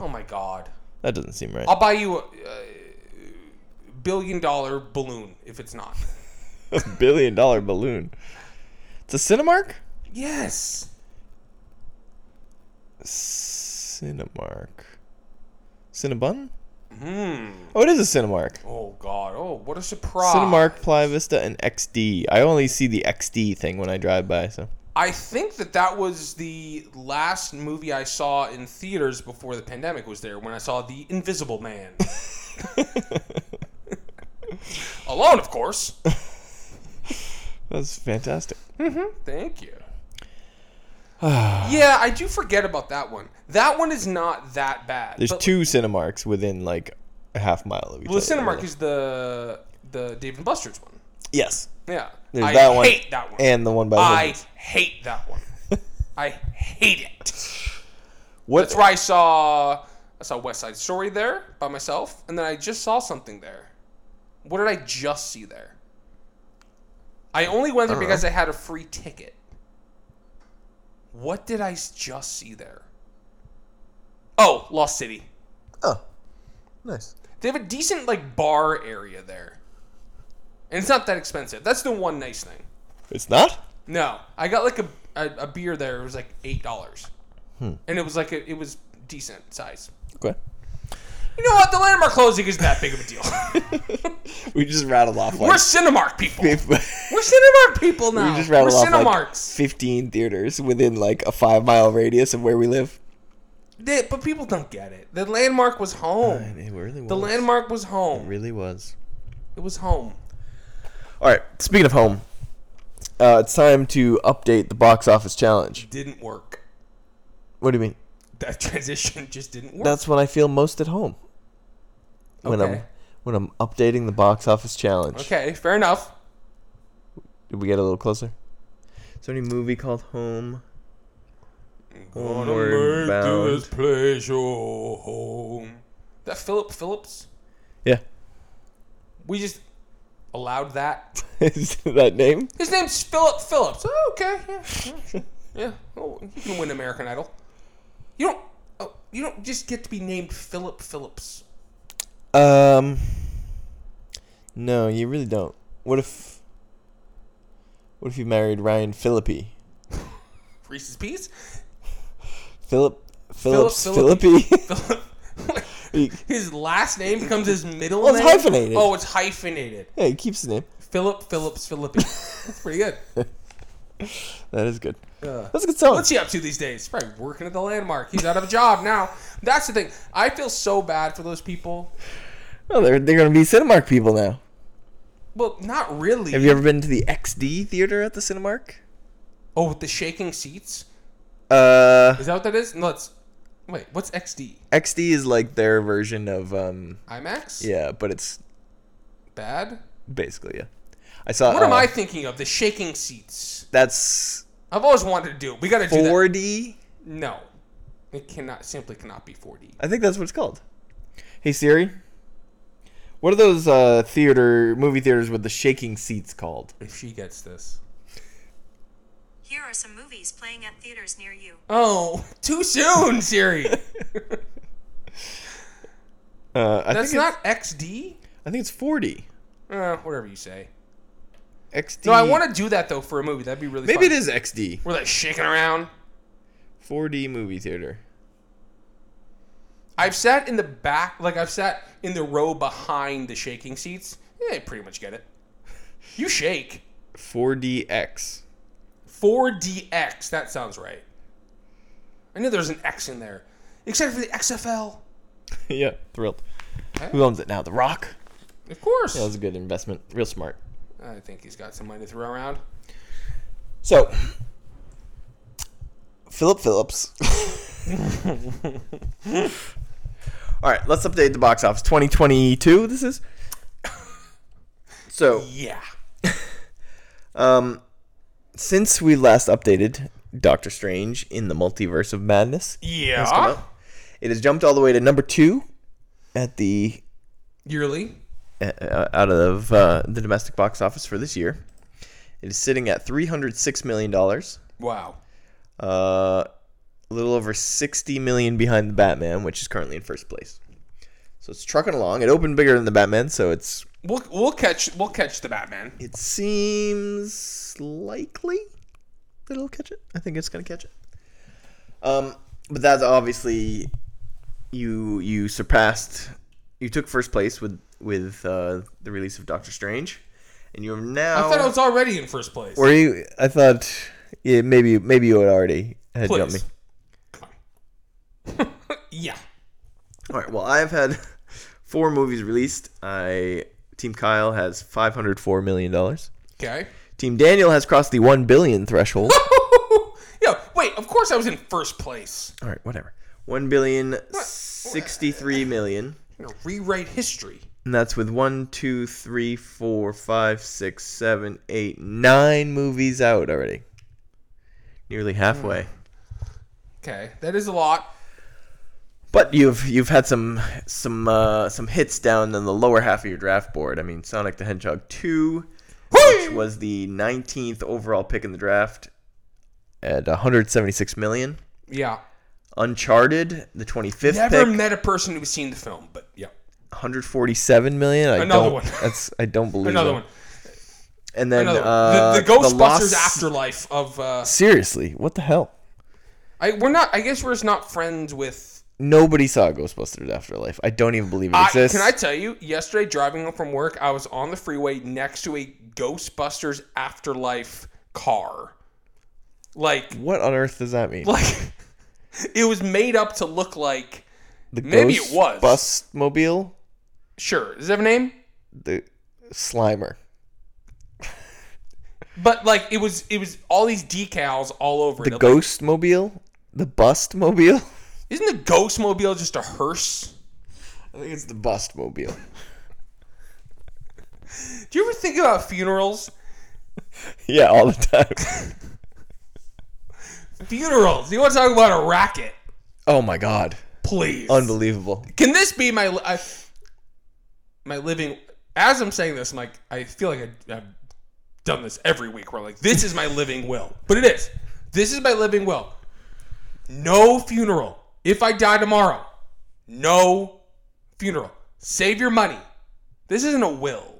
Speaker 2: Oh my God.
Speaker 1: that doesn't seem right.
Speaker 2: I'll buy you a, a billion dollar balloon if it's not.
Speaker 1: a billion dollar balloon. It's a Cinemark.
Speaker 2: Yes.
Speaker 1: Cinemark. Cinnabon?
Speaker 2: Hmm.
Speaker 1: Oh, it is a Cinemark.
Speaker 2: Oh God! Oh, what a surprise!
Speaker 1: Cinemark, Playa Vista, and XD. I only see the XD thing when I drive by, so.
Speaker 2: I think that that was the last movie I saw in theaters before the pandemic was there. When I saw The
Speaker 1: [laughs]
Speaker 2: Invisible Man, alone, of course.
Speaker 1: That's fantastic.
Speaker 2: Thank you. yeah, I do forget about that one. That one is not that bad.
Speaker 1: There's
Speaker 2: but,
Speaker 1: two Cinemarks within like a half mile of each
Speaker 2: Well, the
Speaker 1: other.
Speaker 2: Cinemark is the the Dave and Buster's one.
Speaker 1: Yes.
Speaker 2: Yeah,
Speaker 1: There's
Speaker 2: I
Speaker 1: that one
Speaker 2: hate that one.
Speaker 1: And the one by
Speaker 2: I
Speaker 1: Woodlands.
Speaker 2: hate
Speaker 1: [laughs]
Speaker 2: that one. I hate it.
Speaker 1: What?
Speaker 2: That's where I saw I saw uh, West Side Story there by myself, and then I just saw something there. What did I just see there? I only went there because I had a free ticket. What did I s- just see there? Oh, Lost City.
Speaker 1: Oh. Nice.
Speaker 2: They have a decent like bar area there. And it's not that expensive. That's the one nice thing.
Speaker 1: It's not?
Speaker 2: No, I got like a a, a beer there. It was like eight dollars, and it was like a, it was decent size.
Speaker 1: Okay.
Speaker 2: You know what? The landmark closing isn't that big of
Speaker 1: [laughs]
Speaker 2: a deal.
Speaker 1: We just rattled off
Speaker 2: We're
Speaker 1: like.
Speaker 2: Cinemark people.
Speaker 1: we [laughs]
Speaker 2: We're Cinemark people now.
Speaker 1: just rattled
Speaker 2: We're
Speaker 1: off like
Speaker 2: Cinemarks.
Speaker 1: 15 theaters within like a five mile radius of where we live.
Speaker 2: They- but people don't get it. The landmark was home.
Speaker 1: It really was.
Speaker 2: The landmark was home.
Speaker 1: really was.
Speaker 2: It was home.
Speaker 1: All right. Speaking of home, uh, it's time to update the box office challenge.
Speaker 2: Didn't work. [laughs]
Speaker 1: What do you mean?
Speaker 2: That transition just didn't work.
Speaker 1: That's when I feel most at home. When I'm
Speaker 2: Okay.
Speaker 1: when I'm updating the box office challenge.
Speaker 2: okay, fair enough.
Speaker 1: Did we get a little closer? Is there any movie called Home? Homeward bound.
Speaker 2: this place your home. That Philip Phillips.
Speaker 1: Yeah.
Speaker 2: We just allowed that.
Speaker 1: [laughs] Is that name?
Speaker 2: His name's Philip Phillips. Oh, okay, yeah, yeah, yeah. Oh, you can win American Idol. You don't. Oh, you don't just get to be named Philip Phillips.
Speaker 1: Um, no, you really don't. What if? What if you married Ryan Philippi?
Speaker 2: Reese's Piece.
Speaker 1: Philip Phillips
Speaker 2: Philip-
Speaker 1: Philippi.
Speaker 2: Philip. [laughs]
Speaker 1: [laughs] he,
Speaker 2: His last name becomes his middle
Speaker 1: Well, it's
Speaker 2: name.
Speaker 1: hyphenated.
Speaker 2: Oh, it's hyphenated.
Speaker 1: yeah, he keeps the name.
Speaker 2: Philip Phillips Philippi. That's pretty good.
Speaker 1: That is good.
Speaker 2: Uh,
Speaker 1: That's a good song.
Speaker 2: What's he up to these days? Probably working at the landmark. He's out of a job now. That's the thing. I feel so bad for those people.
Speaker 1: Oh, they're they're gonna be Cinemark people now.
Speaker 2: Well, not really.
Speaker 1: Have you ever been to the XD theater at the Cinemark?
Speaker 2: oh, with the shaking seats?
Speaker 1: Uh,
Speaker 2: Is that what that is? No, it's. Wait, what's XD?
Speaker 1: XD is like their version of um,
Speaker 2: IMAX?
Speaker 1: yeah, but it's
Speaker 2: Bad?
Speaker 1: basically yeah. I saw.
Speaker 2: What am
Speaker 1: uh,
Speaker 2: I thinking of? The shaking seats.
Speaker 1: That's
Speaker 2: I've always wanted to do. it. We gotta do that.
Speaker 1: 4D.
Speaker 2: No. It cannot, simply cannot be 4D.
Speaker 1: I think that's what it's called. Hey Siri, what are those uh, theater movie theaters with the shaking seats called?
Speaker 2: If she gets this.
Speaker 3: Here are some movies playing at theaters near you.
Speaker 2: Oh, too soon,
Speaker 1: [laughs]
Speaker 2: Siri.
Speaker 1: Uh, I
Speaker 2: That's
Speaker 1: think
Speaker 2: not XD?
Speaker 1: It's, I think it's 40.
Speaker 2: Uh, whatever you say.
Speaker 1: XD.
Speaker 2: No, I want to do that though for a movie. That'd be really
Speaker 1: Maybe
Speaker 2: fun.
Speaker 1: it is XD.
Speaker 2: We're like shaking around.
Speaker 1: 4D movie theater.
Speaker 2: I've sat in the back, like I've sat in the row behind the shaking seats. Yeah, I pretty much get it. You shake.
Speaker 1: 4DX.
Speaker 2: 4DX. That sounds right. I knew there was an X in there, except for the XFL.
Speaker 1: [laughs] yeah, thrilled. Who owns it now? The Rock.
Speaker 2: Of course.
Speaker 1: That was a good investment. Real smart.
Speaker 2: I think he's got some money to throw around.
Speaker 1: So, Philip Phillips. [laughs] All right, let's update the box office. 2022, this is. So,
Speaker 2: Yeah.
Speaker 1: um, since we last updated Doctor Strange in the Multiverse of Madness,
Speaker 2: Yeah.
Speaker 1: it has jumped all the way to number two at the
Speaker 2: Yearly.
Speaker 1: uh, out of uh, the domestic box office for this year. It is sitting at 306 million dollars.
Speaker 2: Wow.
Speaker 1: Uh, a little over 60 million behind the Batman, which is currently in first place. So it's trucking along. It opened bigger than the Batman, so it's
Speaker 2: We'll we'll catch we'll catch the Batman.
Speaker 1: it seems likely that it'll catch it. I think it's gonna catch it. Um, but that's obviously you you surpassed you took first place with with uh, the release of Doctor Strange, and you have now.
Speaker 2: I thought I was already in first place.
Speaker 1: Were you? I thought yeah, maybe maybe you had already had jumped me.
Speaker 2: Please. Come on. [laughs] yeah.
Speaker 1: All right. Well, I've had [laughs] four movies released. I Team Kyle has five hundred four million dollars.
Speaker 2: Okay. [laughs]
Speaker 1: Team Daniel has crossed the one billion threshold.
Speaker 2: yeah. Wait. Of course I was in first place.
Speaker 1: All right, whatever. One billion sixty-three million,
Speaker 2: I'm gonna rewrite history.
Speaker 1: and that's with one, two, three, four, five, six, seven, eight, nine movies out already. Nearly halfway.
Speaker 2: Okay. That is a lot.
Speaker 1: But you've you've had some some uh, some hits down in the lower half of your draft board. I mean, Sonic the Hedgehog two, which was the nineteenth overall pick in the draft, at one hundred seventy-six million.
Speaker 2: Yeah.
Speaker 1: Uncharted, the twenty-fifth
Speaker 2: Never
Speaker 1: pick, one
Speaker 2: met a person who's seen the film, but yeah.
Speaker 1: hundred forty-seven million. I
Speaker 2: Another
Speaker 1: don't,
Speaker 2: one.
Speaker 1: [laughs] That's I don't believe
Speaker 2: Another
Speaker 1: it.
Speaker 2: one.
Speaker 1: And then
Speaker 2: Another
Speaker 1: uh,
Speaker 2: one. The, the Ghostbusters
Speaker 1: Lost-
Speaker 2: afterlife of. Uh,
Speaker 1: Seriously, what the hell?
Speaker 2: I we're not. I guess we're just not friends with.
Speaker 1: Nobody saw Ghostbusters Afterlife. I don't even believe it
Speaker 2: I,
Speaker 1: exists.
Speaker 2: can I tell you? Yesterday, driving home from work, I was on the freeway next to a Ghostbusters afterlife car. Like, [laughs]
Speaker 1: what on earth does that mean?
Speaker 2: like, it was made up to look like.
Speaker 1: the
Speaker 2: maybe it was.
Speaker 1: Bus mobile,
Speaker 2: Sure, does it have a name?
Speaker 1: the Slimer.
Speaker 2: But like, it was. It was all these decals all over
Speaker 1: The
Speaker 2: it. Like,
Speaker 1: Ghost mobile, the Bust mobile. [laughs]
Speaker 2: isn't the Ghostmobile just a hearse?
Speaker 1: I think it's the Bust mobile.
Speaker 2: Do you ever think about funerals?
Speaker 1: yeah, all the time.
Speaker 2: Funerals. You want to talk about a racket?
Speaker 1: oh my god,
Speaker 2: Please.
Speaker 1: unbelievable.
Speaker 2: Can this be my li- I, my living? as I'm saying this, I'm like, I feel like I, I've done this every week where I'm like, this is my living will. But it is. This is my living will. No funeral. If I die tomorrow, no funeral. Save your money. This isn't a will.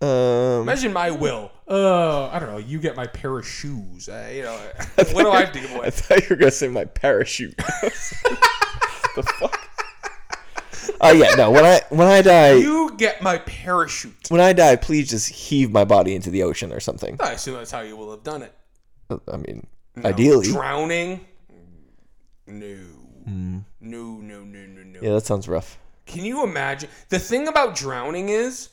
Speaker 1: Um,
Speaker 2: Imagine my will. Uh, I don't know. You get my pair of shoes. Uh, you know, [laughs] what do I have to give
Speaker 1: [laughs] I
Speaker 2: away?
Speaker 1: thought you were gonna say my [laughs] parachute. the fuck? Oh yeah, no. When I when I die,
Speaker 2: You get my parachute.
Speaker 1: when I die, please just heave my body into the ocean or something.
Speaker 2: I assume that's how you will have done it.
Speaker 1: I mean,
Speaker 2: No.
Speaker 1: ideally.
Speaker 2: Drowning? No. No, no, no, no, no.
Speaker 1: Mm. Yeah, that sounds rough.
Speaker 2: Can you imagine? The thing about drowning is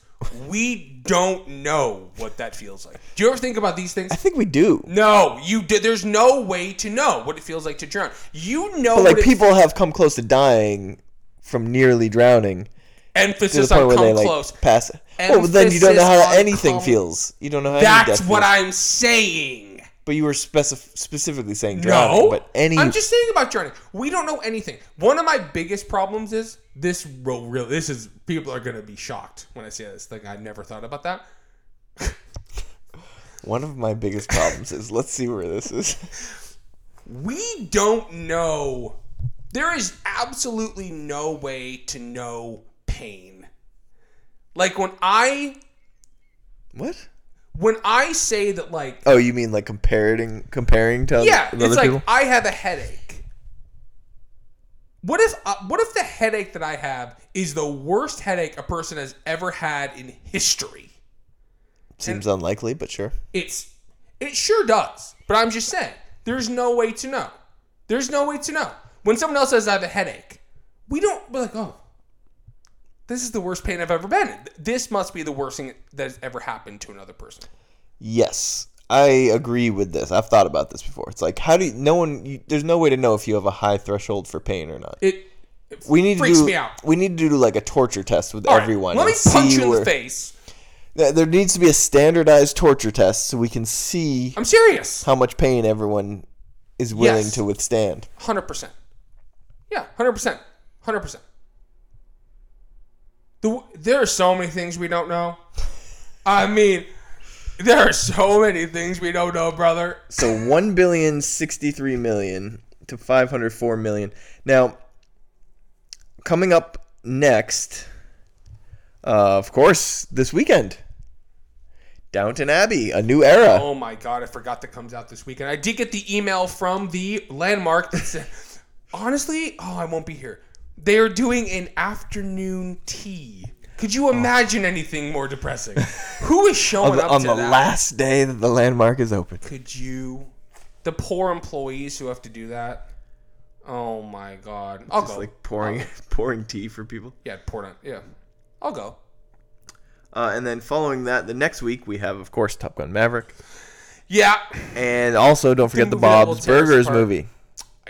Speaker 2: we don't know what that feels like. Do you ever think about these things?
Speaker 1: I think we do.
Speaker 2: No, you. d- There's no way to know what it feels like to drown. You know,
Speaker 1: But like
Speaker 2: what it-
Speaker 1: people have come close to dying from nearly drowning to the
Speaker 2: emphasis
Speaker 1: point
Speaker 2: on
Speaker 1: where they
Speaker 2: come
Speaker 1: like
Speaker 2: close.
Speaker 1: pass. Oh, but then you don't know
Speaker 2: Emphasis
Speaker 1: how
Speaker 2: on
Speaker 1: anything
Speaker 2: come-
Speaker 1: feels. You don't know how.
Speaker 2: That's what I'm saying.
Speaker 1: But you were specif- specifically saying drowning.
Speaker 2: No,
Speaker 1: But any.
Speaker 2: I'm just saying about drowning. We don't know anything. One of my biggest problems is this. Real, real. This is people are gonna be shocked when I say this. Like I never thought about that.
Speaker 1: One of my biggest problems is let's see where this
Speaker 2: [laughs]
Speaker 1: is.
Speaker 2: We don't know. There is absolutely no way to know pain. Like when I
Speaker 1: what?
Speaker 2: when I say that like
Speaker 1: Oh, you mean like comparing comparing to
Speaker 2: yeah,
Speaker 1: other
Speaker 2: it's like
Speaker 1: people?
Speaker 2: I have a headache. What if uh, what if the headache that I have is the worst headache a person has ever had in history?
Speaker 1: Seems unlikely, but sure.
Speaker 2: It's it sure does. But I'm just saying, there's no way to know. There's no way to know. When someone else says I have a headache, we don't we're like, oh, this is the worst pain I've ever been in. This must be the worst thing that has ever happened to another person.
Speaker 1: Yes, I agree with this. I've thought about this before. It's like how do you, no one? You, there's no way to know if you have a high threshold for pain or not.
Speaker 2: It, it
Speaker 1: we need
Speaker 2: freaks
Speaker 1: to do,
Speaker 2: me out.
Speaker 1: We need to do like a torture test with
Speaker 2: All right,
Speaker 1: everyone.
Speaker 2: Let me
Speaker 1: and see
Speaker 2: punch you in
Speaker 1: where-
Speaker 2: the face.
Speaker 1: There there needs to be a standardized torture test so we can see
Speaker 2: I'm serious.
Speaker 1: how much pain everyone is willing
Speaker 2: Yes.
Speaker 1: to withstand.
Speaker 2: Hundred percent. Yeah, hundred percent. Hundred percent. The, there are so many things we don't know. I mean, there are so many things we don't know, brother.
Speaker 1: So one billion sixty-three million to five hundred four million. Now, coming up next, uh, of course, this weekend, Downton Abbey, a new era.
Speaker 2: Oh my god, I forgot that comes out this weekend. I did get the email from the landmark that said, [laughs] honestly, oh, I won't be here. They are doing an afternoon tea. Could you imagine anything more depressing? Who is
Speaker 1: Oh.
Speaker 2: showing
Speaker 1: on the,
Speaker 2: up
Speaker 1: on
Speaker 2: to
Speaker 1: the
Speaker 2: that?
Speaker 1: last day that the landmark is open.
Speaker 2: could you the poor employees who have to do that oh my god i'll
Speaker 1: Just
Speaker 2: go
Speaker 1: like pouring [laughs] pouring tea for people.
Speaker 2: yeah pour it on yeah i'll go
Speaker 1: Uh, and then following that, the next week we have, of course, Top Gun Maverick,
Speaker 2: yeah
Speaker 1: and also don't forget the
Speaker 2: movie that will
Speaker 1: Bob's
Speaker 2: tear us
Speaker 1: Burgers
Speaker 2: apart.
Speaker 1: movie.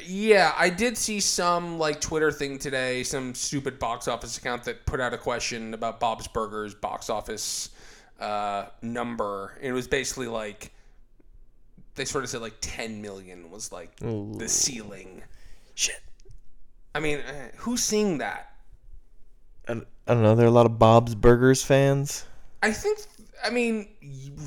Speaker 2: yeah i did see some like twitter thing today some stupid box office account that put out a question about bob's burgers box office uh number it was basically like they sort of said like 10 million was like the ceiling
Speaker 1: Shit,
Speaker 2: i mean eh, who's seeing that
Speaker 1: I, I don't know. There are a lot of Bob's Burgers fans.
Speaker 2: I think. I mean,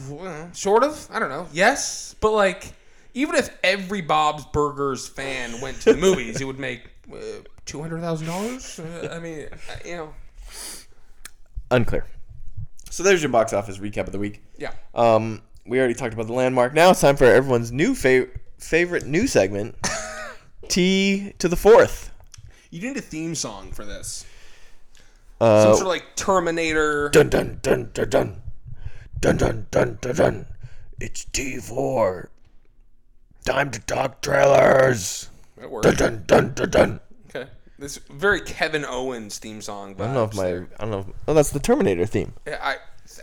Speaker 2: y- sort of. I don't know. Yes, but like, even if every Bob's Burgers fan went to the movies, it would make uh, two hundred thousand dollars. I mean, uh, you know,
Speaker 1: Unclear. So there's your box office recap of the week.
Speaker 2: yeah.
Speaker 1: Um, we already talked about the landmark. Now it's time for everyone's new fa- favorite new [laughs] segment, T to the fourth.
Speaker 2: You need a theme song for this. Some
Speaker 1: Uh,
Speaker 2: sort of like Terminator.
Speaker 1: dun dun dun dun dun dun dun dun dun dun. It's T four. Time to talk trailers.
Speaker 2: That worked.
Speaker 1: Dun dun dun dun.
Speaker 2: Okay. This very Kevin Owens theme song.
Speaker 1: I don't know if my I don't know. If, oh, that's the Terminator theme.
Speaker 2: I,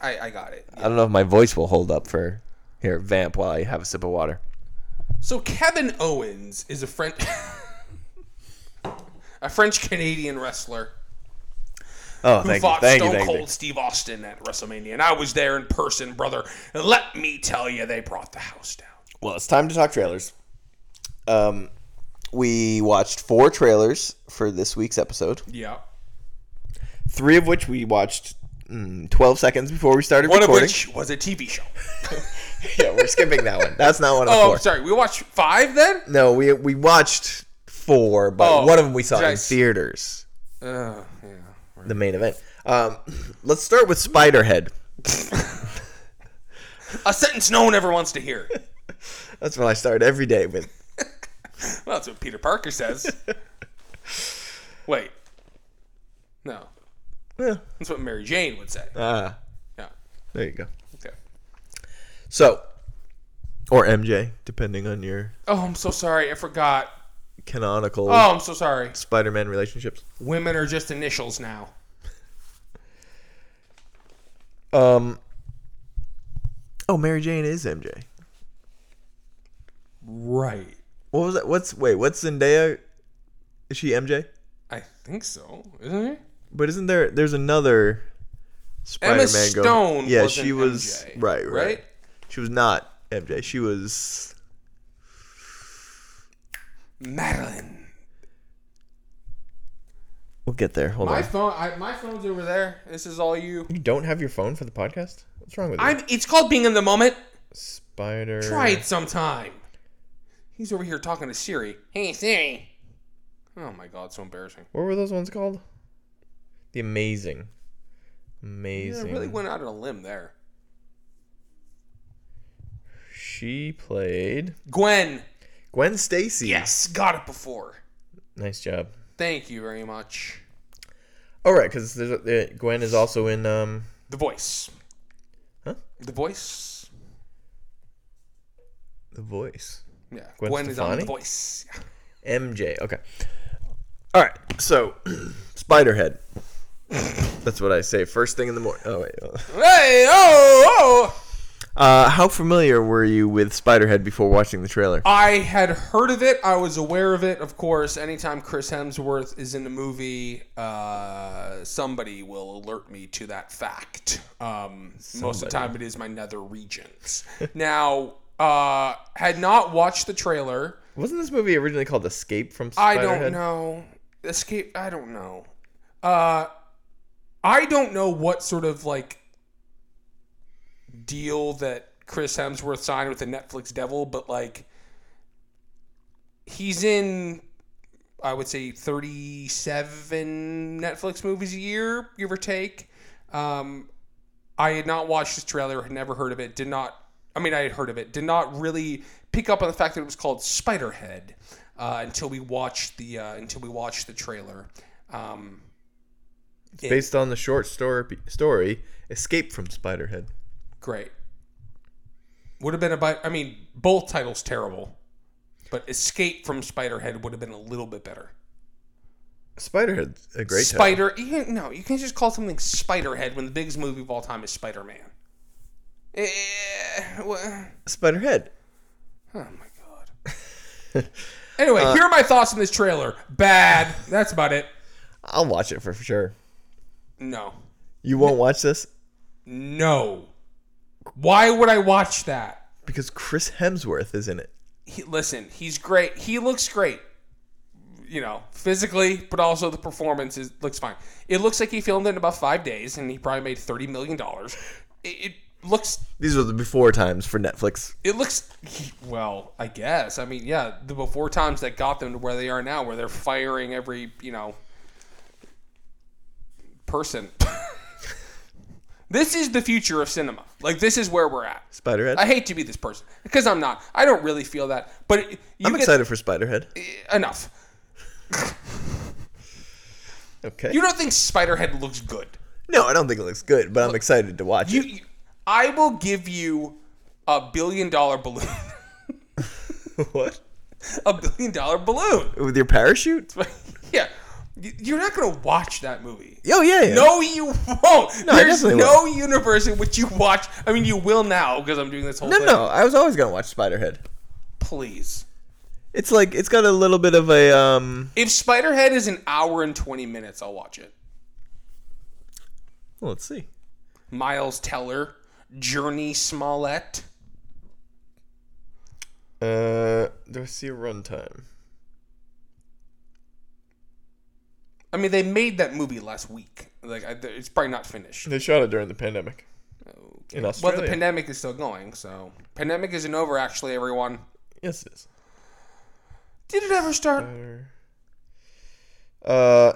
Speaker 2: I I got it.
Speaker 1: I don't know if my voice will hold up for here. Vamp while I have a sip of water.
Speaker 2: So Kevin Owens is a French [laughs] a French Canadian wrestler.
Speaker 1: Oh,
Speaker 2: who
Speaker 1: thank you,
Speaker 2: fought
Speaker 1: thank you,
Speaker 2: Stone
Speaker 1: thank
Speaker 2: Cold
Speaker 1: you.
Speaker 2: Steve Austin at WrestleMania. And I was there in person, brother. And let me tell you, they brought the house down.
Speaker 1: Well, it's time to talk trailers. Um, we watched four trailers for this week's episode,
Speaker 2: Yeah.
Speaker 1: three of which we watched mm, 12 seconds before we started
Speaker 2: One of
Speaker 1: recording.
Speaker 2: which was a TV show.
Speaker 1: [laughs] yeah, we're skipping that one. That's not one of the
Speaker 2: Oh,
Speaker 1: four.
Speaker 2: I'm sorry. We watched five then?
Speaker 1: No, we we watched four, but
Speaker 2: Oh,
Speaker 1: one of them we saw
Speaker 2: did I
Speaker 1: in
Speaker 2: s-
Speaker 1: theaters.
Speaker 2: Uh, yeah.
Speaker 1: The main event. Um, [laughs] let's start with Spiderhead.
Speaker 2: A sentence no one ever wants to hear.
Speaker 1: That's what I start every day with.
Speaker 2: Well, that's what Peter Parker says. [laughs] Wait. No.
Speaker 1: Yeah.
Speaker 2: That's what Mary Jane would say.
Speaker 1: Ah,
Speaker 2: Yeah.
Speaker 1: there you go.
Speaker 2: Okay.
Speaker 1: So, or MJ, depending on your
Speaker 2: Oh, I'm so sorry. I forgot.
Speaker 1: canonical
Speaker 2: Oh, I'm so sorry.
Speaker 1: Spider-Man relationships.
Speaker 2: Women are just initials now.
Speaker 1: Um. Oh, Mary Jane is MJ.
Speaker 2: Right.
Speaker 1: What was that? What's wait? What's Zendaya? Is she MJ?
Speaker 2: I think so, isn't it?
Speaker 1: But isn't there? There's another Spider-Man.
Speaker 2: Emma
Speaker 1: going-
Speaker 2: Stone.
Speaker 1: yeah,
Speaker 2: wasn't
Speaker 1: she was
Speaker 2: MJ,
Speaker 1: right, right.
Speaker 2: Right.
Speaker 1: She was not MJ. She was
Speaker 2: Madeline.
Speaker 1: We'll get there. Hold
Speaker 2: My phone. I, my phone's over there. This is all you.
Speaker 1: You don't have your phone for the podcast? What's wrong with you?
Speaker 2: I'm. It's called being in the moment.
Speaker 1: Spider.
Speaker 2: Try it sometime. He's over here talking to Siri. Hey Siri. Oh my God, so embarrassing.
Speaker 1: What were those ones called? The Amazing.
Speaker 2: Yeah, I
Speaker 1: Amazing.
Speaker 2: really went out on a limb there.
Speaker 1: She played
Speaker 2: Gwen.
Speaker 1: Gwen Stacy.
Speaker 2: Yes, got it before.
Speaker 1: Nice job.
Speaker 2: Thank you very much.
Speaker 1: All Oh, right, because there's a, uh, Gwen is also in. Um,
Speaker 2: The voice.
Speaker 1: Huh?
Speaker 2: The voice.
Speaker 1: The Voice.
Speaker 2: Yeah.
Speaker 1: Gwen
Speaker 2: Gwen is on
Speaker 1: Stefani?
Speaker 2: the voice. Yeah.
Speaker 1: MJ. Okay. All right. So, [clears throat] Spiderhead. That's what I say first thing in the morning. Oh wait.
Speaker 2: Hey, oh, oh!
Speaker 1: Uh, how familiar were you with Spiderhead before watching the trailer?
Speaker 2: I had heard of it. I was aware of it, of course. Anytime Chris Hemsworth is in the movie, uh, somebody will alert me to that fact. Um, most of the time, it is my nether regions. [laughs] now, uh, had not watched the trailer.
Speaker 1: Wasn't this movie originally called Escape from Spiderhead?
Speaker 2: I don't know. Escape. I don't know. Uh, I don't know what sort of like deal that Chris Hemsworth signed with the Netflix devil, but like he's in, I would say, 37 Netflix movies a year, give or take. Um, I had not watched this trailer, had never heard of it, did not. I mean, I had heard of it, did not really pick up on the fact that it was called Spiderhead uh, until we watched the uh, until we watched the trailer. Um,
Speaker 1: It's based on the short story, story Escape from Spiderhead.
Speaker 2: great. Would have been about. I mean, both titles terrible, but Escape from Spiderhead would have been a little bit better.
Speaker 1: Spiderhead's a great title.
Speaker 2: Spider. You can't, no, you can't just call something Spiderhead when the biggest movie of all time is Eh, Spider Man.
Speaker 1: Spiderhead.
Speaker 2: Oh my god.
Speaker 1: [laughs]
Speaker 2: anyway,
Speaker 1: Uh,
Speaker 2: here are my thoughts on this trailer. Bad. That's about it.
Speaker 1: I'll watch it for sure.
Speaker 2: No.
Speaker 1: You won't watch this
Speaker 2: No. Why would I watch that?
Speaker 1: because Chris Hemsworth is in it.
Speaker 2: He, listen, he's great. He looks great. You know, physically, but also the performance is, looks fine. It looks like he filmed it in about five days, and he probably made thirty million dollars. It, it looks
Speaker 1: These were the before times for Netflix.
Speaker 2: It looks well, I guess. I mean, yeah, the before times that got them to where they are now, where they're firing every you know person. [laughs] this is the future of cinema. Like this is where we're at.
Speaker 1: Spiderhead.
Speaker 2: I hate to be this person because I'm not. I don't really feel that, but it- you
Speaker 1: I'm
Speaker 2: get
Speaker 1: excited for Spiderhead.
Speaker 2: enough.
Speaker 1: Okay.
Speaker 2: You don't think Spiderhead looks good?
Speaker 1: no, I don't think it looks good, but I'm excited to watch
Speaker 2: You,
Speaker 1: it.
Speaker 2: you- I will give you a billion dollar balloon. [laughs]
Speaker 1: [laughs] what?
Speaker 2: a billion dollar balloon. [laughs]
Speaker 1: With your parachute?
Speaker 2: yeah, You- you're not gonna watch that movie.
Speaker 1: Oh yeah, yeah.
Speaker 2: No, you won't.
Speaker 1: No, I
Speaker 2: There's
Speaker 1: definitely
Speaker 2: no universe in which you watch. I mean, you will now because I'm doing this whole
Speaker 1: no,
Speaker 2: thing.
Speaker 1: no. I was always gonna watch Spiderhead.
Speaker 2: Please.
Speaker 1: It's like it's got a little bit of a um.
Speaker 2: If Spiderhead is an hour and 20 minutes, I'll watch it.
Speaker 1: Well, let's see.
Speaker 2: Miles Teller, Journey Smollett.
Speaker 1: Uh, do I see a runtime?
Speaker 2: I mean, they made that movie last week. Like I, it's probably not finished.
Speaker 1: They shot it during the pandemic
Speaker 2: Okay.
Speaker 1: in
Speaker 2: Well,
Speaker 1: Australia.
Speaker 2: the pandemic is still going, so pandemic isn't over. Actually, everyone,
Speaker 1: yes, it is.
Speaker 2: did it ever start?
Speaker 1: Uh,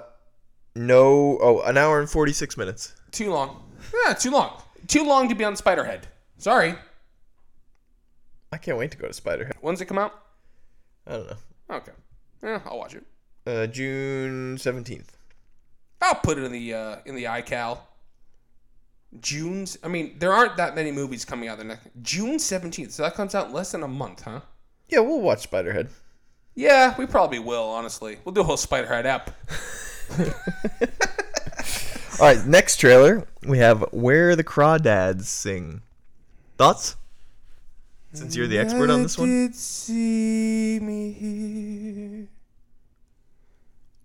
Speaker 1: no. Oh, an hour and forty six minutes.
Speaker 2: Too long. Yeah, too long. Too long to be on Spiderhead. Sorry.
Speaker 1: I can't wait to go to Spiderhead.
Speaker 2: When's it come out?
Speaker 1: I don't know.
Speaker 2: Okay. Yeah, I'll watch it.
Speaker 1: Uh, June seventeenth.
Speaker 2: I'll put it in the uh, in the iCal. June's. I mean, there aren't that many movies coming out the next June seventeenth. So that comes out in less than a month, huh?
Speaker 1: Yeah, we'll watch Spiderhead.
Speaker 2: Yeah, we probably will. Honestly, we'll do a whole Spiderhead app.
Speaker 1: All right, next trailer we have "Where the Crawdads Sing." Thoughts? Since you're the expert on [laughs] this one,
Speaker 2: Did see me here,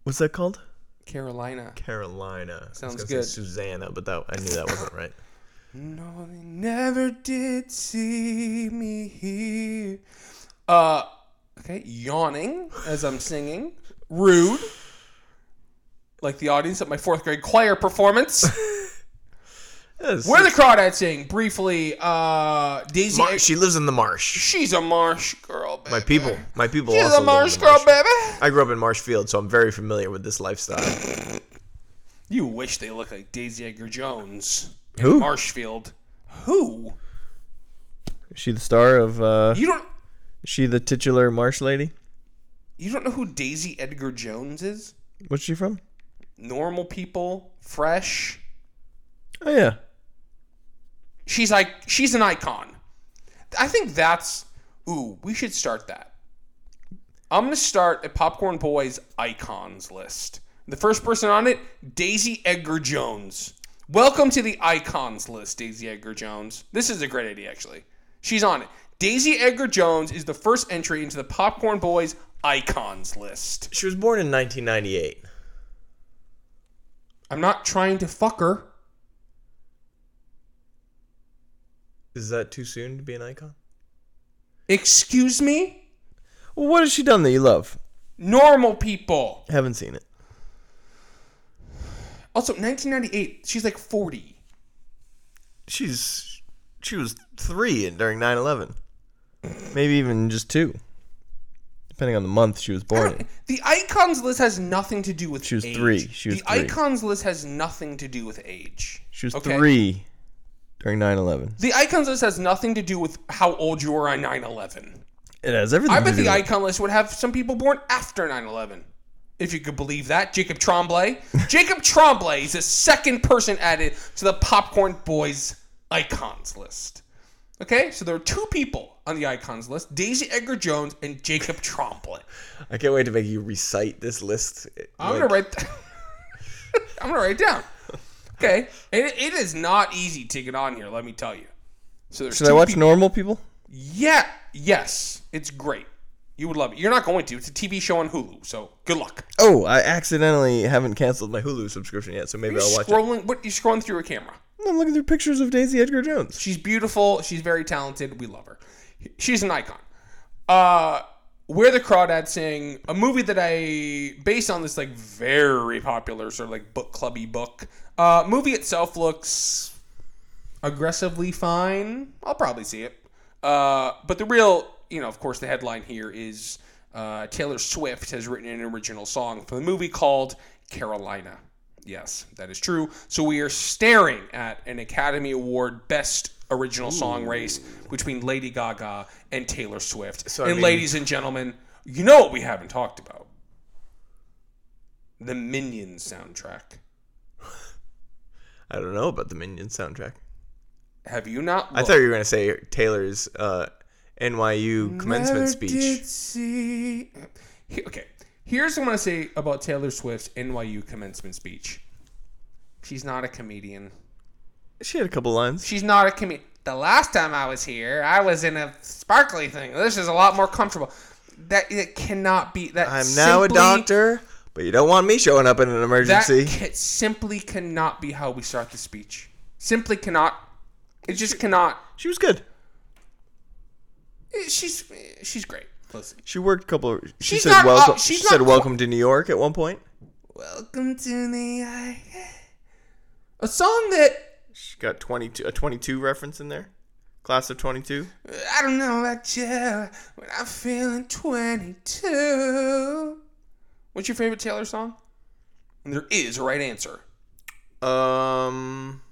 Speaker 1: what's that called?
Speaker 2: Carolina.
Speaker 1: Carolina.
Speaker 2: Sounds
Speaker 1: I was gonna
Speaker 2: good.
Speaker 1: Say Susanna, but that I knew that wasn't right.
Speaker 2: No, they never did see me here. Uh, okay, yawning as I'm singing. Rude. Like the audience at my fourth grade choir performance.
Speaker 1: Yes.
Speaker 2: [laughs] Where the crawdads sing briefly. Uh, Daisy.
Speaker 1: Mar- she lives in the marsh.
Speaker 2: she's a marsh girl, baby.
Speaker 1: My people, my people
Speaker 2: She's
Speaker 1: also
Speaker 2: a
Speaker 1: live
Speaker 2: marsh
Speaker 1: in the
Speaker 2: girl,
Speaker 1: marsh.
Speaker 2: baby.
Speaker 1: I grew up in Marshfield, so I'm very familiar with this lifestyle.
Speaker 2: You wish they looked like Daisy Edgar Jones. in
Speaker 1: Who?
Speaker 2: Marshfield. Who?
Speaker 1: Is she the star of? Uh,
Speaker 2: You don't.
Speaker 1: is she the titular marsh lady?
Speaker 2: You don't know who Daisy Edgar Jones is?
Speaker 1: What's she from?
Speaker 2: Normal people, fresh.
Speaker 1: Oh yeah.
Speaker 2: She's like she's an icon. I think that's ooh, we should start that. I'm gonna start a Popcorn Boys icons list. The first person on it, Daisy Edgar Jones. Welcome to the icons list, Daisy Edgar Jones. This is a great idea, actually. She's on it. Daisy Edgar Jones is the first entry into the Popcorn Boys icons list.
Speaker 1: She was born in 1998.
Speaker 2: I'm not trying to fuck her.
Speaker 1: Is that too soon to be an icon?
Speaker 2: Excuse me?
Speaker 1: Well, what has she done that you love?
Speaker 2: Normal people.
Speaker 1: Haven't seen it.
Speaker 2: Also, 1998. She's like 40.
Speaker 1: She's she was three in- during 9/11. Maybe even just two, depending on the month she was born. in.
Speaker 2: The icons list has nothing to do with
Speaker 1: She was
Speaker 2: age.
Speaker 1: three. She was
Speaker 2: the
Speaker 1: three.
Speaker 2: icons list has nothing to do with age.
Speaker 1: She was
Speaker 2: Okay?
Speaker 1: three during 9/11.
Speaker 2: The icons list has nothing to do with how old you were on 9/11.
Speaker 1: It has everything.
Speaker 2: I
Speaker 1: to
Speaker 2: bet
Speaker 1: do
Speaker 2: the
Speaker 1: with-
Speaker 2: icon list would have some people born after 9/11. If you could believe that,
Speaker 1: [laughs]
Speaker 2: Jacob Tremblay. Jacob Tremblay is the second person added to the Popcorn Boys icons list. Okay, so there are two people on the icons list: Daisy Edgar Jones and Jacob Tremblay.
Speaker 1: I can't wait to make you recite this list.
Speaker 2: I'm
Speaker 1: like-
Speaker 2: gonna write. th- [laughs] I'm gonna write it down. Okay, it, it is not easy to get on here. Let me tell you. So there's
Speaker 1: Should I
Speaker 2: two
Speaker 1: watch
Speaker 2: people-
Speaker 1: normal people?
Speaker 2: Yeah, yes, it's great. You would love it. You're not going to. It's a TV show on Hulu. So good luck.
Speaker 1: Oh, I accidentally haven't canceled my Hulu subscription yet, so maybe
Speaker 2: You're
Speaker 1: I'll watch it.
Speaker 2: scrolling. What you're scrolling through a camera.
Speaker 1: I'm looking through pictures of Daisy Edgar Jones.
Speaker 2: She's beautiful. She's very talented. We love her. She's an icon. Uh, Where the Crawdads Sing, a movie that I based on this like very popular sort of like book clubby book. Uh, movie itself looks aggressively fine. I'll probably see it. Uh, but the real, you know, of course, the headline here is uh, Taylor Swift has written an original song for the movie called Carolina. Yes, that is true. So we are staring at an Academy Award Best Original Song race between Lady Gaga and Taylor Swift.
Speaker 1: So, I
Speaker 2: and
Speaker 1: mean-
Speaker 2: ladies and gentlemen, you know what we haven't talked about? The Minions soundtrack.
Speaker 1: I don't know about the Minion soundtrack.
Speaker 2: Have you not?
Speaker 1: I
Speaker 2: looked?
Speaker 1: thought you were gonna say Taylor's uh, NYU commencement
Speaker 2: Never
Speaker 1: speech.
Speaker 2: did see- He- Okay, here's what I'm gonna say about Taylor Swift's NYU commencement speech. She's not a comedian.
Speaker 1: She had a couple lines.
Speaker 2: She's not a comedian. The last time I was here, I was in a sparkly thing. This is a lot more comfortable. That it cannot be. That
Speaker 1: I'm now a
Speaker 2: simply-
Speaker 1: doctor, but you don't want me showing up in an
Speaker 2: That
Speaker 1: emergency.
Speaker 2: ca- simply cannot be how we start the speech. Simply cannot. It just cannot.
Speaker 1: she was good.
Speaker 2: it- She's she's great. Listen.
Speaker 1: She worked a couple. she
Speaker 2: She's
Speaker 1: said
Speaker 2: not- uh,
Speaker 1: welcome.
Speaker 2: she's
Speaker 1: she said
Speaker 2: not-
Speaker 1: welcome to New York at one point.
Speaker 2: Welcome to the A song that
Speaker 4: She got 22 a 22 reference in there. Class of 22.
Speaker 2: I don't know about you, but I'm feeling 22. What's your favorite Taylor song? And there is a right answer.
Speaker 4: Um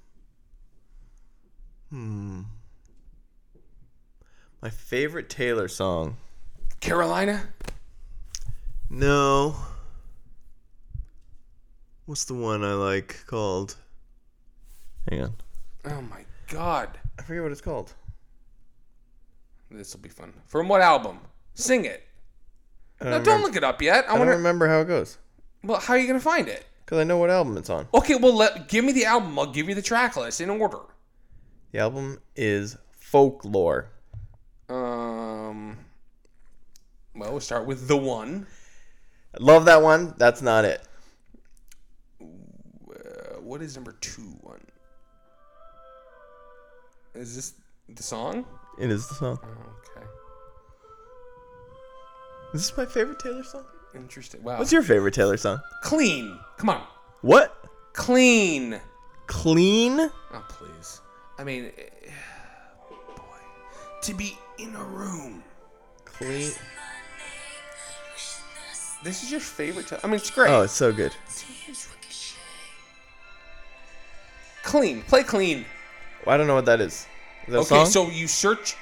Speaker 4: Hmm. My favorite Taylor song.
Speaker 2: Carolina.
Speaker 4: No. What's the one I like called? Hang on.
Speaker 2: Oh my God,
Speaker 4: I forget what it's called.
Speaker 2: this will be fun. From what album? Sing it.
Speaker 4: I don't,
Speaker 2: No,
Speaker 4: remember,
Speaker 2: don't look it up yet. I
Speaker 4: Um, I don't
Speaker 2: wonder.
Speaker 4: remember how it goes.
Speaker 2: Well, how are you gonna find it?
Speaker 4: Because I know what album it's on.
Speaker 2: Okay, well, let, give me the album. I'll give you the track list in order.
Speaker 4: The album is Folklore.
Speaker 2: Um. Well, we'll start with the one.
Speaker 4: I love that one. That's not it.
Speaker 2: Uh, what is number two one? Is this the song?
Speaker 4: It is the song.
Speaker 2: Okay.
Speaker 4: Is this my favorite Taylor song?
Speaker 2: Interesting. Wow.
Speaker 4: What's your favorite Taylor song?
Speaker 2: clean? Come on.
Speaker 4: What?
Speaker 2: Clean.
Speaker 4: Clean?
Speaker 2: Oh, please. I mean, eh, boy. To be in a room.
Speaker 4: Clean.
Speaker 2: This is your favorite. T- I mean, it's great.
Speaker 4: Oh, it's so good.
Speaker 2: Clean. Play clean.
Speaker 4: I don't know what that is. Is that a
Speaker 2: Okay,
Speaker 4: song?
Speaker 2: so you search.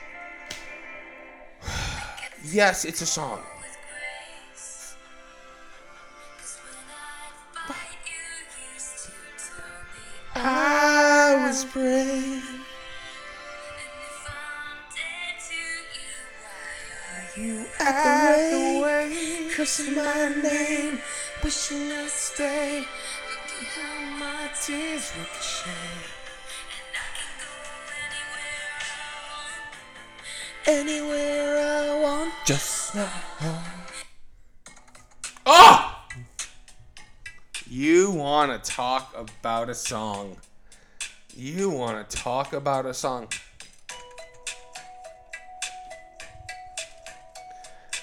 Speaker 2: yes, it's a song. I was brave. You act the way, cursing my name, wishing I'd stay. Looking how my tears ricochet. Anywhere I want, just not home. Oh! You want to talk about a song. You want to talk about a song.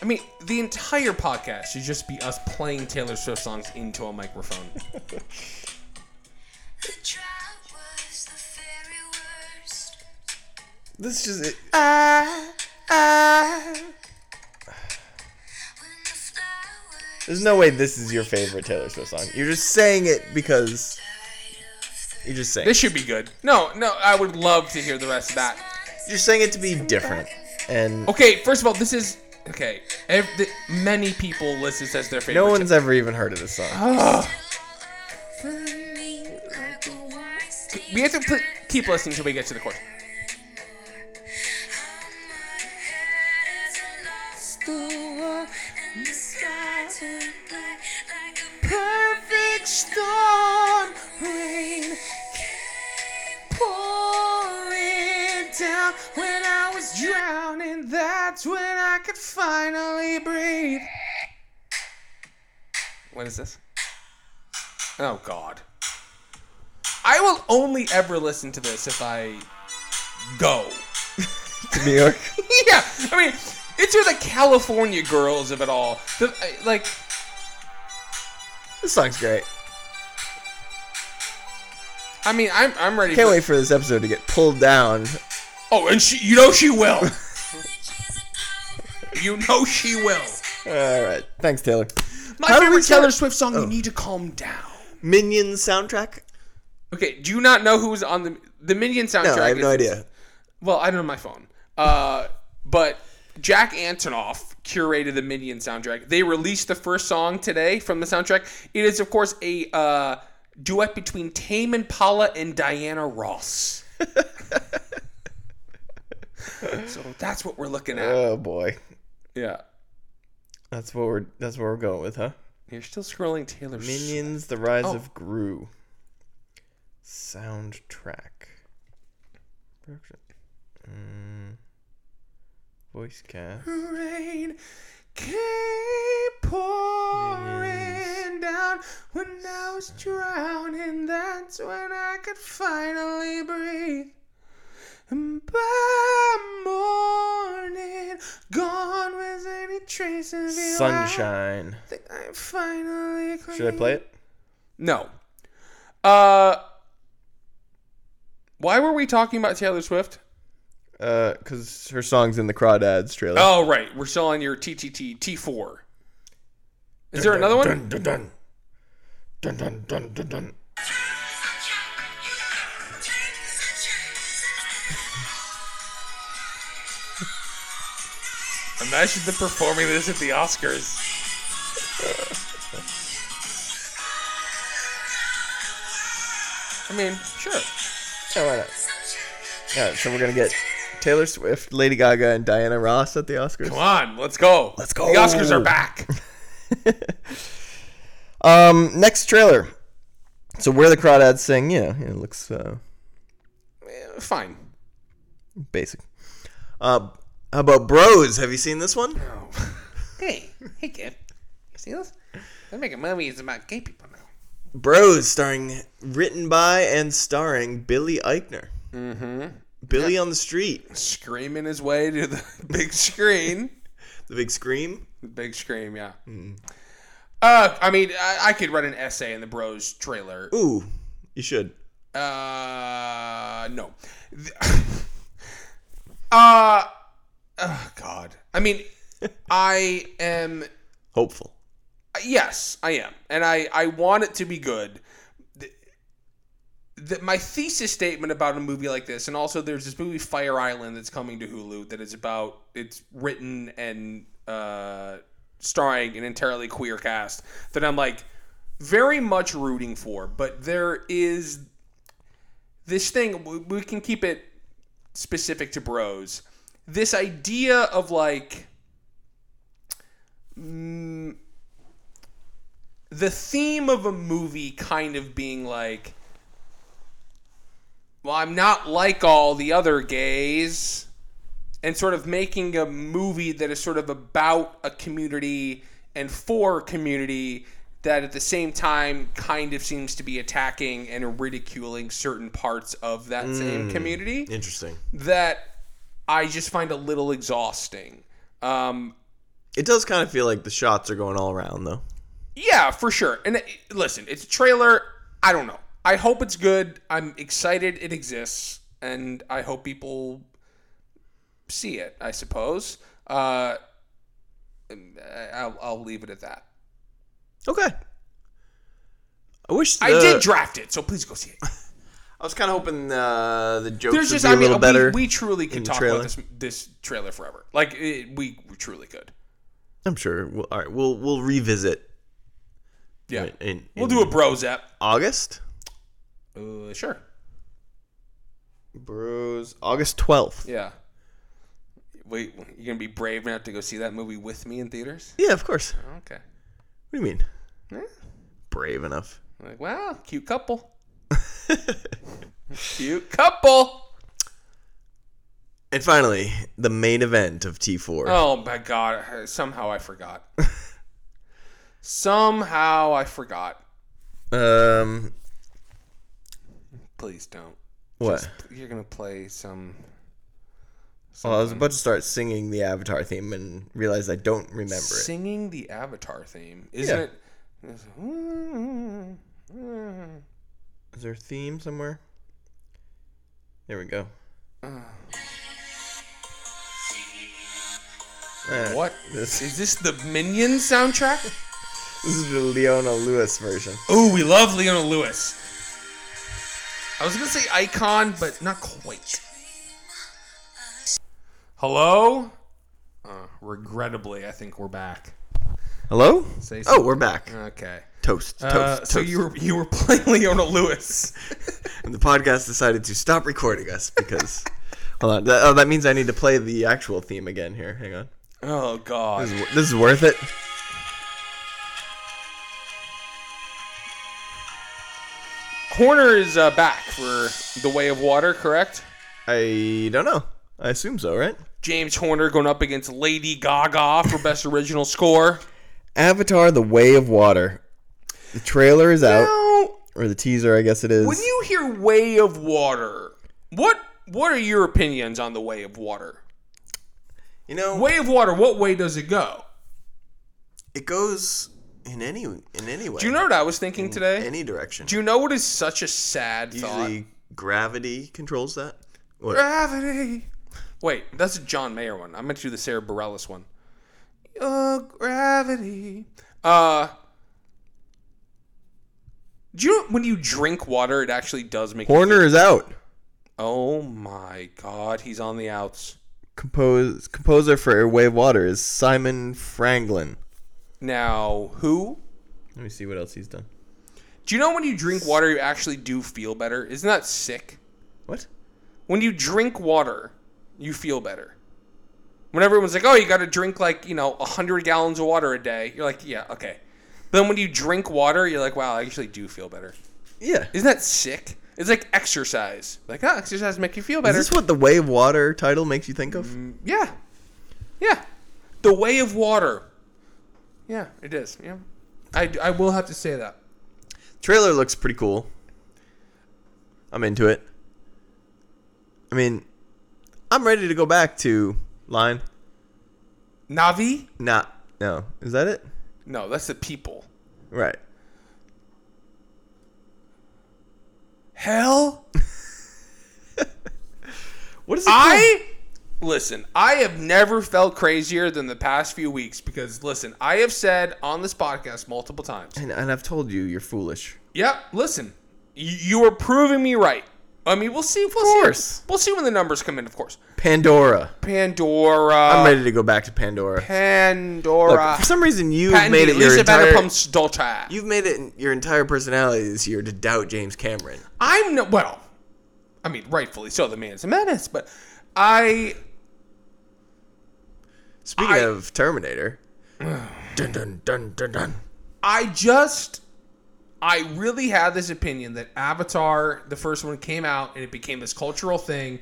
Speaker 2: I mean, the entire podcast should just be us playing Taylor Swift songs into a microphone.
Speaker 1: This is just. It, there's no way this is your favorite Taylor Swift song. You're just saying it because. You're just saying.
Speaker 2: this should be good. No, no, I would love to hear the rest of that.
Speaker 1: You're saying it to be different. And
Speaker 2: Okay, first of all, this is okay. Ev the, many people list this as their favorite.
Speaker 1: no one's ever even heard of this song.
Speaker 2: Ugh. we have to pl- keep listening until we get to the chorus. Perfect storm rain pouring down when I was drowning. That's when I could finally breathe. What is this? Oh God. I will only ever listen to this if I go. [laughs]
Speaker 1: To New York.
Speaker 2: yeah, I mean, it's are the California girls of it all. The, I- like,
Speaker 1: [laughs] This song's great.
Speaker 2: I mean, I'm I'm ready.
Speaker 1: Can't
Speaker 2: for,
Speaker 1: wait for this episode to get pulled down.
Speaker 2: Oh, and she, you know she will. [laughs] you know she will.
Speaker 1: All right. Thanks, Taylor.
Speaker 2: My
Speaker 1: How do we Oh.
Speaker 2: favorite
Speaker 1: start-
Speaker 2: Taylor Swift song. You need to calm down.
Speaker 1: Minions soundtrack?
Speaker 2: Okay, do you not know who was on the the Minion soundtrack?
Speaker 1: No, I have
Speaker 2: is-
Speaker 1: no idea.
Speaker 2: Well, I don't know my phone. Uh, but Jack Antonoff curated the Minion soundtrack. They released the first song today from the soundtrack. It is, of course, a uh, duet between Tame Impala and
Speaker 1: [laughs]
Speaker 2: Diana Ross. so that's what we're looking at.
Speaker 1: Oh boy.
Speaker 2: Yeah.
Speaker 1: That's what we're that's what we're going with, huh?
Speaker 2: You're still scrolling Taylor Swift.
Speaker 1: Minions: The Rise
Speaker 2: Oh.
Speaker 1: of Gru. Soundtrack. Production. Mm. Voice cast.
Speaker 2: rain came pouring down when I was drowning. That's when I could finally breathe. And by morning, gone was any trace of you.
Speaker 1: Sunshine.
Speaker 2: I think I'm finally clean.
Speaker 1: Should I play it?
Speaker 2: No. Uh, Why were we talking about Taylor Swift?
Speaker 4: because Uh, her song's in the Crawdads trailer.
Speaker 2: Oh, right. We're still on your TTT T4. Is there another one?
Speaker 4: Dun, dun, dun, dun, dun, dun, dun.
Speaker 2: Imagine them performing this at the Oscars. I mean, sure.
Speaker 4: Yeah, why not? All right, so we're gonna get Taylor Swift, Lady Gaga, and Diana Ross at the Oscars.
Speaker 2: Come on, let's go.
Speaker 4: Let's go.
Speaker 2: The Oscars are [laughs] back.
Speaker 4: Um, next trailer. So where the Crawdads sing, yeah, it looks uh,
Speaker 2: Eh, Fine.
Speaker 4: basic.
Speaker 1: Uh, how about Bros? Have you seen this one?
Speaker 2: Hey, hey, kid. See this? They're making movies about gay people now.
Speaker 1: Bros, starring, written by, and starring Billy Eichner. Mm-hmm. Billy on the street,
Speaker 2: Screaming his way to the [laughs] big screen.
Speaker 1: the big scream.
Speaker 2: The big scream, yeah. Uh, I mean, I, I could write an essay in the Bros trailer.
Speaker 1: Ooh, you should.
Speaker 2: Uh, no. Th- [laughs] uh, oh God. I mean, I am.
Speaker 1: Hopeful.
Speaker 2: Yes, I am, and I I want it to be good. Th- th- my thesis statement about a movie like this, and also there's this movie Fire Island that's coming to Hulu that is about it's written and uh, starring an entirely queer cast that I'm like very much rooting for, but there is this thing we, we can keep it specific to bros. This idea of like. mm, the theme of a movie kind of being like, well, I'm not like all the other gays, and sort of making a movie that is sort of about a community and for a community that at the same time kind of seems to be attacking and ridiculing certain parts of that same community
Speaker 1: Interesting.
Speaker 2: that I just find a little exhausting. Um,
Speaker 1: It does kind of feel like the shots are going all around, though.
Speaker 2: Yeah, for sure. And uh, listen, it's a trailer. I don't know. I hope it's good. I'm excited it exists, and I hope people see it. I suppose. Uh, um, I- I'll, I'll leave it at that.
Speaker 1: Okay. I wish the,
Speaker 2: I did draft it, so please go see it.
Speaker 1: I was kind of hoping uh, the jokes would
Speaker 2: There's just,
Speaker 1: be
Speaker 2: I
Speaker 1: a little
Speaker 2: mean,
Speaker 1: better.
Speaker 2: we, we truly could
Speaker 1: the
Speaker 2: talk
Speaker 1: trailer.
Speaker 2: about this this trailer forever. Like it, we, we truly could.
Speaker 1: I'm sure. We'll, all right, we'll we'll revisit.
Speaker 2: Yeah,
Speaker 1: In, in
Speaker 2: we'll do a bros app.
Speaker 1: August.
Speaker 2: Uh, sure.
Speaker 1: Bros, August 12th. Yeah,
Speaker 2: Yeah. Wait, you're gonna be brave enough to go see that movie with me in theaters?
Speaker 1: of course. What
Speaker 2: Okay.
Speaker 1: do you mean?
Speaker 2: Yeah.
Speaker 1: Brave enough.
Speaker 2: Like, wow,
Speaker 1: [laughs]
Speaker 2: cute couple. cute couple.
Speaker 1: And finally, the main event of T4.
Speaker 2: Oh my god, somehow I forgot. somehow I forgot. Oh.
Speaker 1: Um,
Speaker 2: Please don't.
Speaker 1: what?
Speaker 2: You're gonna play some.
Speaker 1: Well, Oh,
Speaker 2: um,
Speaker 1: I was about to start singing the Avatar theme and realized I don't remember it.
Speaker 2: Singing the Avatar theme, isn't
Speaker 1: Yeah.
Speaker 2: it? It's-
Speaker 1: Is there a theme somewhere? There we go. Uh,
Speaker 2: [laughs] What
Speaker 1: This,
Speaker 2: is this? The Minion soundtrack?
Speaker 1: this is the Leona Lewis version.
Speaker 2: Oh, we love Leona Lewis. I was gonna say icon, but not quite. Hello? Uh, regrettably, I think we're back.
Speaker 1: Hello?
Speaker 2: Say
Speaker 1: Oh, we're back.
Speaker 2: Okay.
Speaker 1: Toast, toast,
Speaker 2: Uh,
Speaker 1: toast.
Speaker 2: so you were you were playing [laughs] Leona Lewis.
Speaker 1: And the podcast decided to stop recording us
Speaker 2: [laughs]
Speaker 1: because. hold on. That, oh, that means I need to play the actual theme again here. Hang on.
Speaker 2: [laughs] oh
Speaker 1: This
Speaker 2: god.
Speaker 1: is, wor- this is worth it.
Speaker 2: Horner is uh, back for The Way of Water, correct?
Speaker 1: I don't know. I assume so, right?
Speaker 2: James Horner going up against Lady Gaga for best original score.
Speaker 4: Avatar: The Way of Water. The trailer is out,
Speaker 2: No.
Speaker 4: or the teaser, I guess it is.
Speaker 2: When you hear Way of Water, what what are your opinions on the Way of Water?
Speaker 1: You know,
Speaker 2: Way of Water, what way does it go?
Speaker 1: it goes in any in any way.
Speaker 2: Do you know what I was thinking today?
Speaker 1: any direction?
Speaker 2: Do you know what is such a sad thought?
Speaker 1: usually gravity controls that. What?
Speaker 2: Gravity. Wait, that's a John Mayer one. I meant to do the Sarah Bareilles one. Oh, gravity. Uh, do you when you drink water, it actually does make. you
Speaker 5: Horner is out.
Speaker 2: Oh my God, he's on the outs.
Speaker 5: Compose composer for Wave Water is Simon Franklin.
Speaker 2: Now, who?
Speaker 1: Let me see what else he's done.
Speaker 2: Do you know when you drink water, you actually do feel better? Isn't that sick?
Speaker 1: What?
Speaker 2: When you drink water, you feel better. When everyone's like, "Oh, you got to drink like you know hundred gallons of water a day," you're like, "Yeah, okay." But then when you drink water, you're like, "Wow, I actually do feel better."
Speaker 1: Yeah.
Speaker 2: Isn't that sick? It's like exercise. Like, oh, exercise make you feel
Speaker 1: Is
Speaker 2: better.
Speaker 1: this what the wave water title makes you think of?
Speaker 2: yeah, yeah. The way of water. Yeah, it is. Yeah, I, I will have to say that.
Speaker 1: Trailer looks pretty cool. I'm into it. I mean, I'm ready to go back to line.
Speaker 2: Navi?
Speaker 1: Nah, no. Is that it?
Speaker 2: No, that's the people.
Speaker 1: Right.
Speaker 2: Hell,
Speaker 1: What is it? called? [laughs]
Speaker 2: I listen. I have never felt crazier than the past few weeks because listen, I have said on this podcast multiple times.
Speaker 1: And, and I've told you, you're foolish.
Speaker 2: Yep. Listen, you, you are proving me right. I mean, we'll see. We'll of
Speaker 1: course.
Speaker 2: See, we'll see when the numbers come in. Of course.
Speaker 1: Pandora.
Speaker 2: Pandora.
Speaker 1: I'm ready to go back to Pandora. Look,
Speaker 2: Uh, Pandora.
Speaker 1: for some reason, you've
Speaker 2: Patented
Speaker 1: made it your
Speaker 2: Lisa
Speaker 1: entire.
Speaker 2: Vanderpump's daughter.
Speaker 1: You've made it your entire personality this year to doubt James Cameron.
Speaker 2: I'm no, well. I mean, rightfully so. The man's a menace, but I
Speaker 1: Speaking
Speaker 2: I-
Speaker 1: of Terminator, dun dun dun dun dun.
Speaker 2: I just I really had this opinion that Avatar, the first one, came out and it became this cultural thing.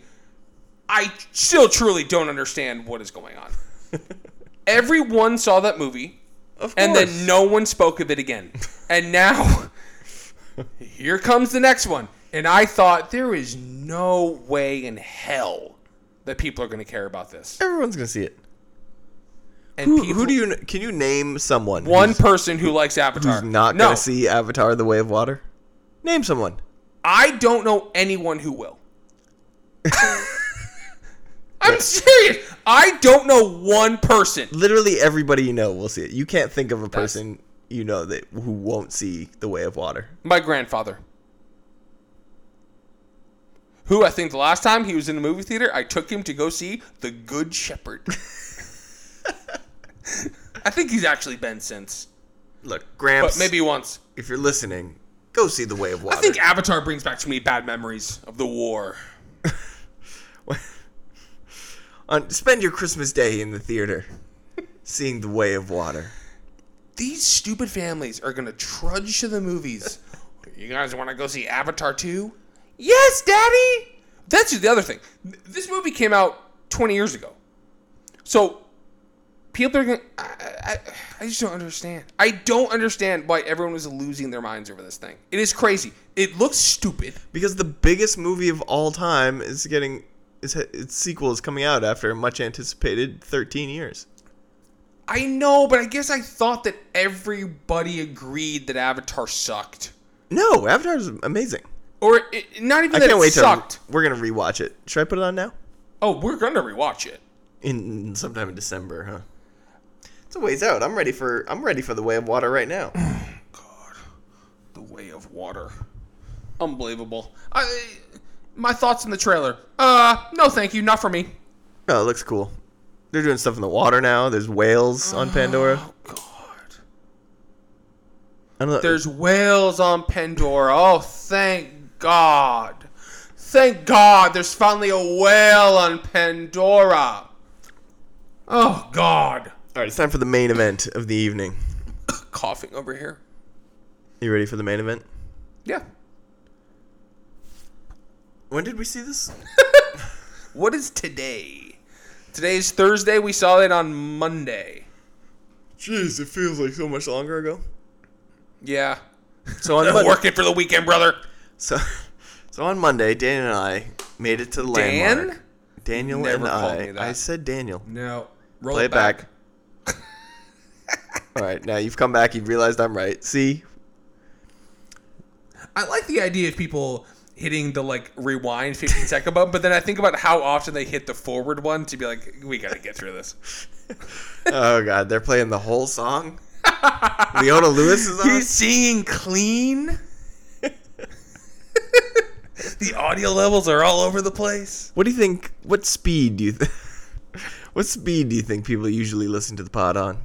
Speaker 2: I still truly don't understand what is
Speaker 1: [laughs]
Speaker 2: going on. Everyone saw that movie,
Speaker 1: Of
Speaker 2: and then no one spoke of
Speaker 1: [laughs]
Speaker 2: it again. And now here comes the next one. And I thought there is no way in hell that people are going to care about this.
Speaker 1: everyone's gonna see it.
Speaker 2: And
Speaker 1: Who,
Speaker 2: people,
Speaker 1: who do you kn- can you name someone?
Speaker 2: one
Speaker 1: who's,
Speaker 2: person who likes Avatar
Speaker 1: who's not
Speaker 2: no,
Speaker 1: gonna see Avatar: The Way of Water? Name someone.
Speaker 2: I don't know anyone who will. I'm serious. I don't know one person.
Speaker 1: Literally everybody you know will see it. You can't think of a person you know that who won't see The Way of Water.
Speaker 2: My grandfather. Who I think the last time he was in the movie theater, I took him to go see The Good Shepherd. I think he's actually been since,
Speaker 1: Look, Gramps,
Speaker 2: but maybe once.
Speaker 1: if you're listening, go see The Way of
Speaker 2: I
Speaker 1: Water.
Speaker 2: think Avatar brings back to me bad memories of the war.
Speaker 1: [laughs] On, spend your Christmas day in the theater, [laughs] seeing The Way of Water.
Speaker 2: These stupid families are gonna trudge to the movies. [laughs] you guys want to go see Avatar 2? Yes, Daddy. That's the other thing. Th- This movie came out 20 years ago, so people are gonna. I, I, I just don't understand. I don't understand why everyone was losing their minds over this thing. It is crazy. It looks stupid.
Speaker 1: Because the biggest movie of all time is getting is its sequel is coming out after a much anticipated 13 years.
Speaker 2: I know, but I guess I thought that everybody agreed that Avatar sucked,
Speaker 1: No, Avatar is amazing.
Speaker 2: or it, not even
Speaker 1: I
Speaker 2: that
Speaker 1: can't
Speaker 2: it
Speaker 1: wait
Speaker 2: sucked.
Speaker 1: to we're gonna rewatch it. Should I put it on now?
Speaker 2: oh, we're gonna rewatch it.
Speaker 1: In sometime in December, huh? It's a ways out. I'm ready for I'm ready for the Way of Water right now.
Speaker 2: The Way of Water. Unbelievable. I, my thoughts on the trailer. Uh, no, thank you, not for me.
Speaker 1: [gasps] oh, it looks cool. They're doing stuff in the water now. There's whales [gasps] on Pandora.
Speaker 2: God.
Speaker 1: I don't know.
Speaker 2: There's whales on Pandora. Oh, thank God. Thank God. There's finally a whale on Pandora. Oh God.
Speaker 1: all right. It's time for the main event of the evening.
Speaker 2: Coughing over here.
Speaker 1: You ready for the main event?
Speaker 2: Yeah.
Speaker 1: When did we see this?
Speaker 2: What is today? Today's Thursday. We saw it on Monday.
Speaker 1: Jeez, it feels like so much longer ago.
Speaker 2: Yeah.
Speaker 1: So [laughs] on Monday,
Speaker 2: Working for the weekend, brother.
Speaker 1: so, so on Monday, Dan and I made it to the
Speaker 2: Dan?
Speaker 1: landmark. Daniel
Speaker 2: Never
Speaker 1: and
Speaker 2: called
Speaker 1: I.
Speaker 2: me that.
Speaker 1: I said Daniel.
Speaker 2: No. Roll
Speaker 1: Play it back. [laughs] All right, now you've come back. You've realized I'm right. See,
Speaker 2: I like the idea of people hitting the like rewind 15 second button, but then I think about how often they hit the forward one to be like, we gotta get through this.
Speaker 1: oh god, they're playing the whole
Speaker 2: [laughs]
Speaker 1: song. Leona Lewis is on.
Speaker 2: He's singing clean. [laughs] the audio levels are all over the place.
Speaker 1: What do you think? What speed do you? Th- [laughs] what speed do you think people usually listen to the pod on?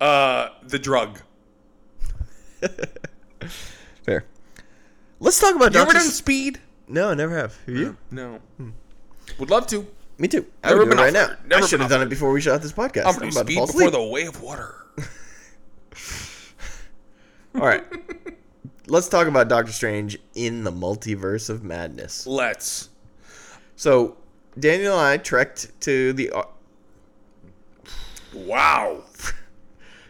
Speaker 2: Uh, the drug.
Speaker 1: Fair. Let's talk about
Speaker 2: You ever
Speaker 1: Doctor.
Speaker 2: done
Speaker 1: S-
Speaker 2: speed?
Speaker 1: no, never have. Have you?
Speaker 2: No.
Speaker 1: Hmm.
Speaker 2: Would love to.
Speaker 1: Me too. I
Speaker 2: Never
Speaker 1: would do it
Speaker 2: been
Speaker 1: right now.
Speaker 2: offered. Never
Speaker 1: I should
Speaker 2: been
Speaker 1: have done it before we shot this podcast.
Speaker 2: I'm
Speaker 1: I'm,
Speaker 2: gonna do
Speaker 1: about to
Speaker 2: speed
Speaker 1: fall
Speaker 2: before
Speaker 1: asleep.
Speaker 2: the way of water.
Speaker 1: All
Speaker 2: [laughs]
Speaker 1: right. Let's talk about Doctor Strange in the multiverse of madness.
Speaker 2: Let's.
Speaker 1: So, Daniel and I trekked to the uh,
Speaker 2: Wow.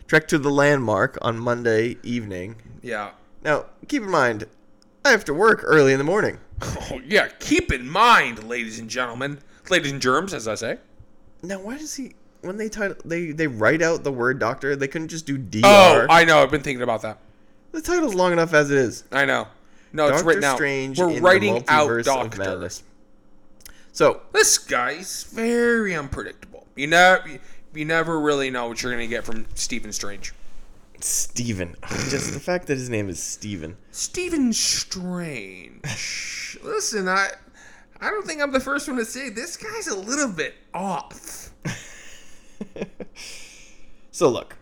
Speaker 1: trekked to the landmark on Monday evening.
Speaker 2: Yeah.
Speaker 1: Now, keep in mind, I have to work early in the morning.
Speaker 2: Oh, yeah. Keep in mind, ladies and gentlemen, ladies and germs, as I say.
Speaker 1: Now, why does he? When they title, they they write out the word doctor. They couldn't just do dr.
Speaker 2: Oh, I know. I've been thinking about that.
Speaker 1: the title's long enough as it is.
Speaker 2: I know. No, it's
Speaker 1: Doctor
Speaker 2: written out.
Speaker 1: Strange
Speaker 2: We're
Speaker 1: in
Speaker 2: writing
Speaker 1: the
Speaker 2: out
Speaker 1: multiverse of
Speaker 2: Doctor.
Speaker 1: madness. So
Speaker 2: This guy's very unpredictable. You know, you never really know what you're gonna get from Stephen Strange.
Speaker 1: Steven. Just the fact that his name is Steven.
Speaker 2: Stephen Strange. [laughs] Listen, I, I don't think I'm the first one to say this guy's a little bit off.
Speaker 1: So look.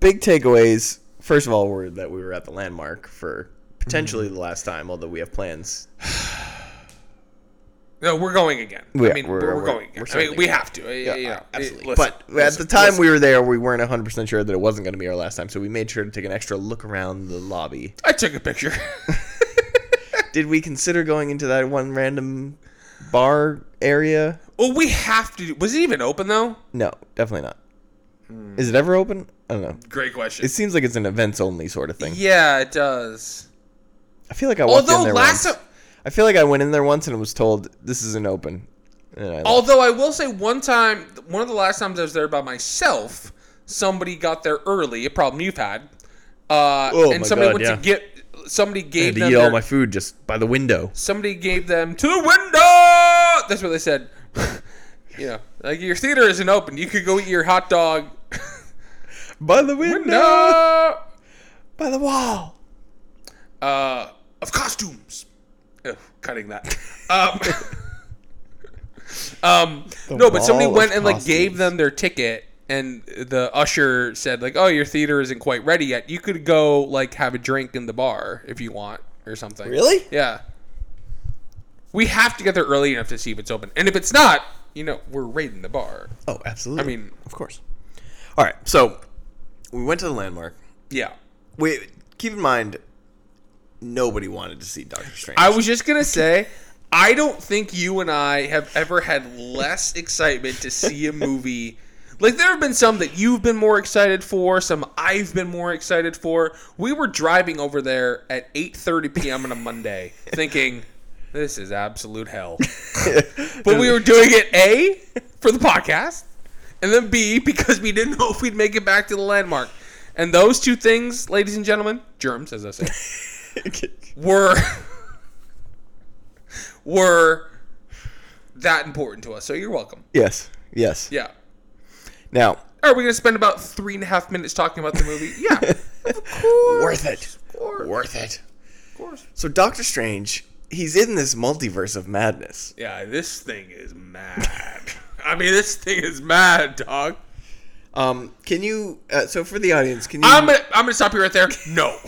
Speaker 1: Big takeaways. First of all, were that we were at the landmark for potentially
Speaker 2: Mm-hmm.
Speaker 1: the last time, although we have plans.
Speaker 2: No, we're going again.
Speaker 1: Yeah,
Speaker 2: I mean,
Speaker 1: we're-
Speaker 2: we're, we're,
Speaker 1: we're-
Speaker 2: going again.
Speaker 1: we're
Speaker 2: I mean,
Speaker 1: certainly
Speaker 2: we
Speaker 1: going.
Speaker 2: have to. Yeah, yeah,
Speaker 1: Uh, absolutely.
Speaker 2: Listen,
Speaker 1: but at
Speaker 2: listen,
Speaker 1: the time
Speaker 2: listen.
Speaker 1: we were there, we weren't 100% sure that it wasn't going to be our last time, so we made sure to take an extra look around the
Speaker 2: [laughs]
Speaker 1: lobby.
Speaker 2: I took a picture.
Speaker 1: Did we consider going into that one random bar area?
Speaker 2: well, we have to. do- Was it even open though?
Speaker 1: No, definitely not.
Speaker 2: Hmm.
Speaker 1: Is it ever open? I don't know.
Speaker 2: Great question.
Speaker 1: It seems like it's an events only sort of thing.
Speaker 2: yeah, it does.
Speaker 1: I feel like I walked in
Speaker 2: Although
Speaker 1: there
Speaker 2: last
Speaker 1: once.
Speaker 2: time-
Speaker 1: I feel like I went in there once and was told this isn't open. And I left.
Speaker 2: Although I will say, one time, one of the last times I was there by myself, somebody got there early. A problem you've had. Uh,
Speaker 1: Oh
Speaker 2: and
Speaker 1: my
Speaker 2: somebody
Speaker 1: God,
Speaker 2: went
Speaker 1: yeah.
Speaker 2: to get. Somebody
Speaker 1: I
Speaker 2: gave
Speaker 1: had to
Speaker 2: them.
Speaker 1: eat all
Speaker 2: their-
Speaker 1: my food just by the window.
Speaker 2: somebody gave them to the window. That's what they said. [laughs] you know, like your theater isn't open. You could go eat your hot dog. [laughs]
Speaker 1: By the window.
Speaker 2: no.
Speaker 1: By the wall.
Speaker 2: uh, of costumes. Ugh, cutting that. Um, [laughs] um, no, but somebody
Speaker 1: wall
Speaker 2: went
Speaker 1: of
Speaker 2: and like gave
Speaker 1: costumes.
Speaker 2: them their ticket, and the usher said like, "Oh, your theater isn't quite ready yet. You could go like have a drink in the bar if you want or something."
Speaker 6: Really?
Speaker 2: Yeah. We have to get there early enough to see if it's open, and if it's not, you know, we're raiding the bar.
Speaker 1: Oh, absolutely.
Speaker 2: I mean-
Speaker 1: of course. All right, so we went to the landmark.
Speaker 2: Yeah.
Speaker 1: We keep in mind, nobody wanted to see Doctor Strange.
Speaker 2: I was just gonna say, I don't think you and I have ever had less excitement to see a movie. Like there have been some that you've been more excited for, some I've been more excited for. We were driving over there at 8:30 p.m. on a Monday, thinking this is absolute hell. but we were doing it a for the podcast, and then b because we didn't [laughs] know if we'd make it back to the landmark. And those two things, ladies and gentlemen, germs, as I say, were were that important to us. So you're welcome.
Speaker 1: [laughs] yes, yes.
Speaker 2: Yeah.
Speaker 1: Now,
Speaker 2: Are we gonna spend about three and a half minutes talking about the movie? Yeah.
Speaker 1: [laughs]
Speaker 2: of course.
Speaker 1: worth it. Worth it.
Speaker 2: Of course.
Speaker 1: So Doctor Strange, he's in this multiverse of madness.
Speaker 2: Yeah, this thing is mad. I mean, this thing is mad, dog.
Speaker 1: Um, can you? Uh, so for the audience, can you
Speaker 2: I'm gonna, I'm gonna stop you right there. No.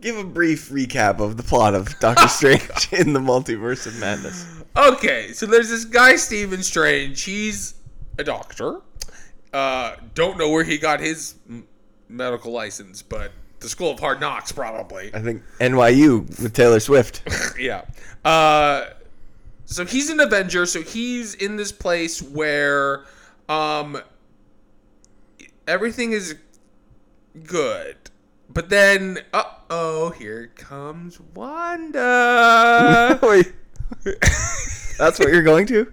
Speaker 1: give a brief recap of the plot of [laughs] Doctor Strange in the multiverse of madness?
Speaker 2: Okay, so there's this guy, Stephen Strange. He's a doctor. Uh, don't know where he got his m- medical license, but the School of Hard Knocks, probably.
Speaker 1: I think NYU with Taylor
Speaker 2: [laughs]
Speaker 1: Swift.
Speaker 2: yeah. Uh, so he's an Avenger. So he's in this place where um, everything is good. But then, uh oh, here comes
Speaker 1: [laughs]
Speaker 2: Wanda.
Speaker 1: Wait, that's what you're going to?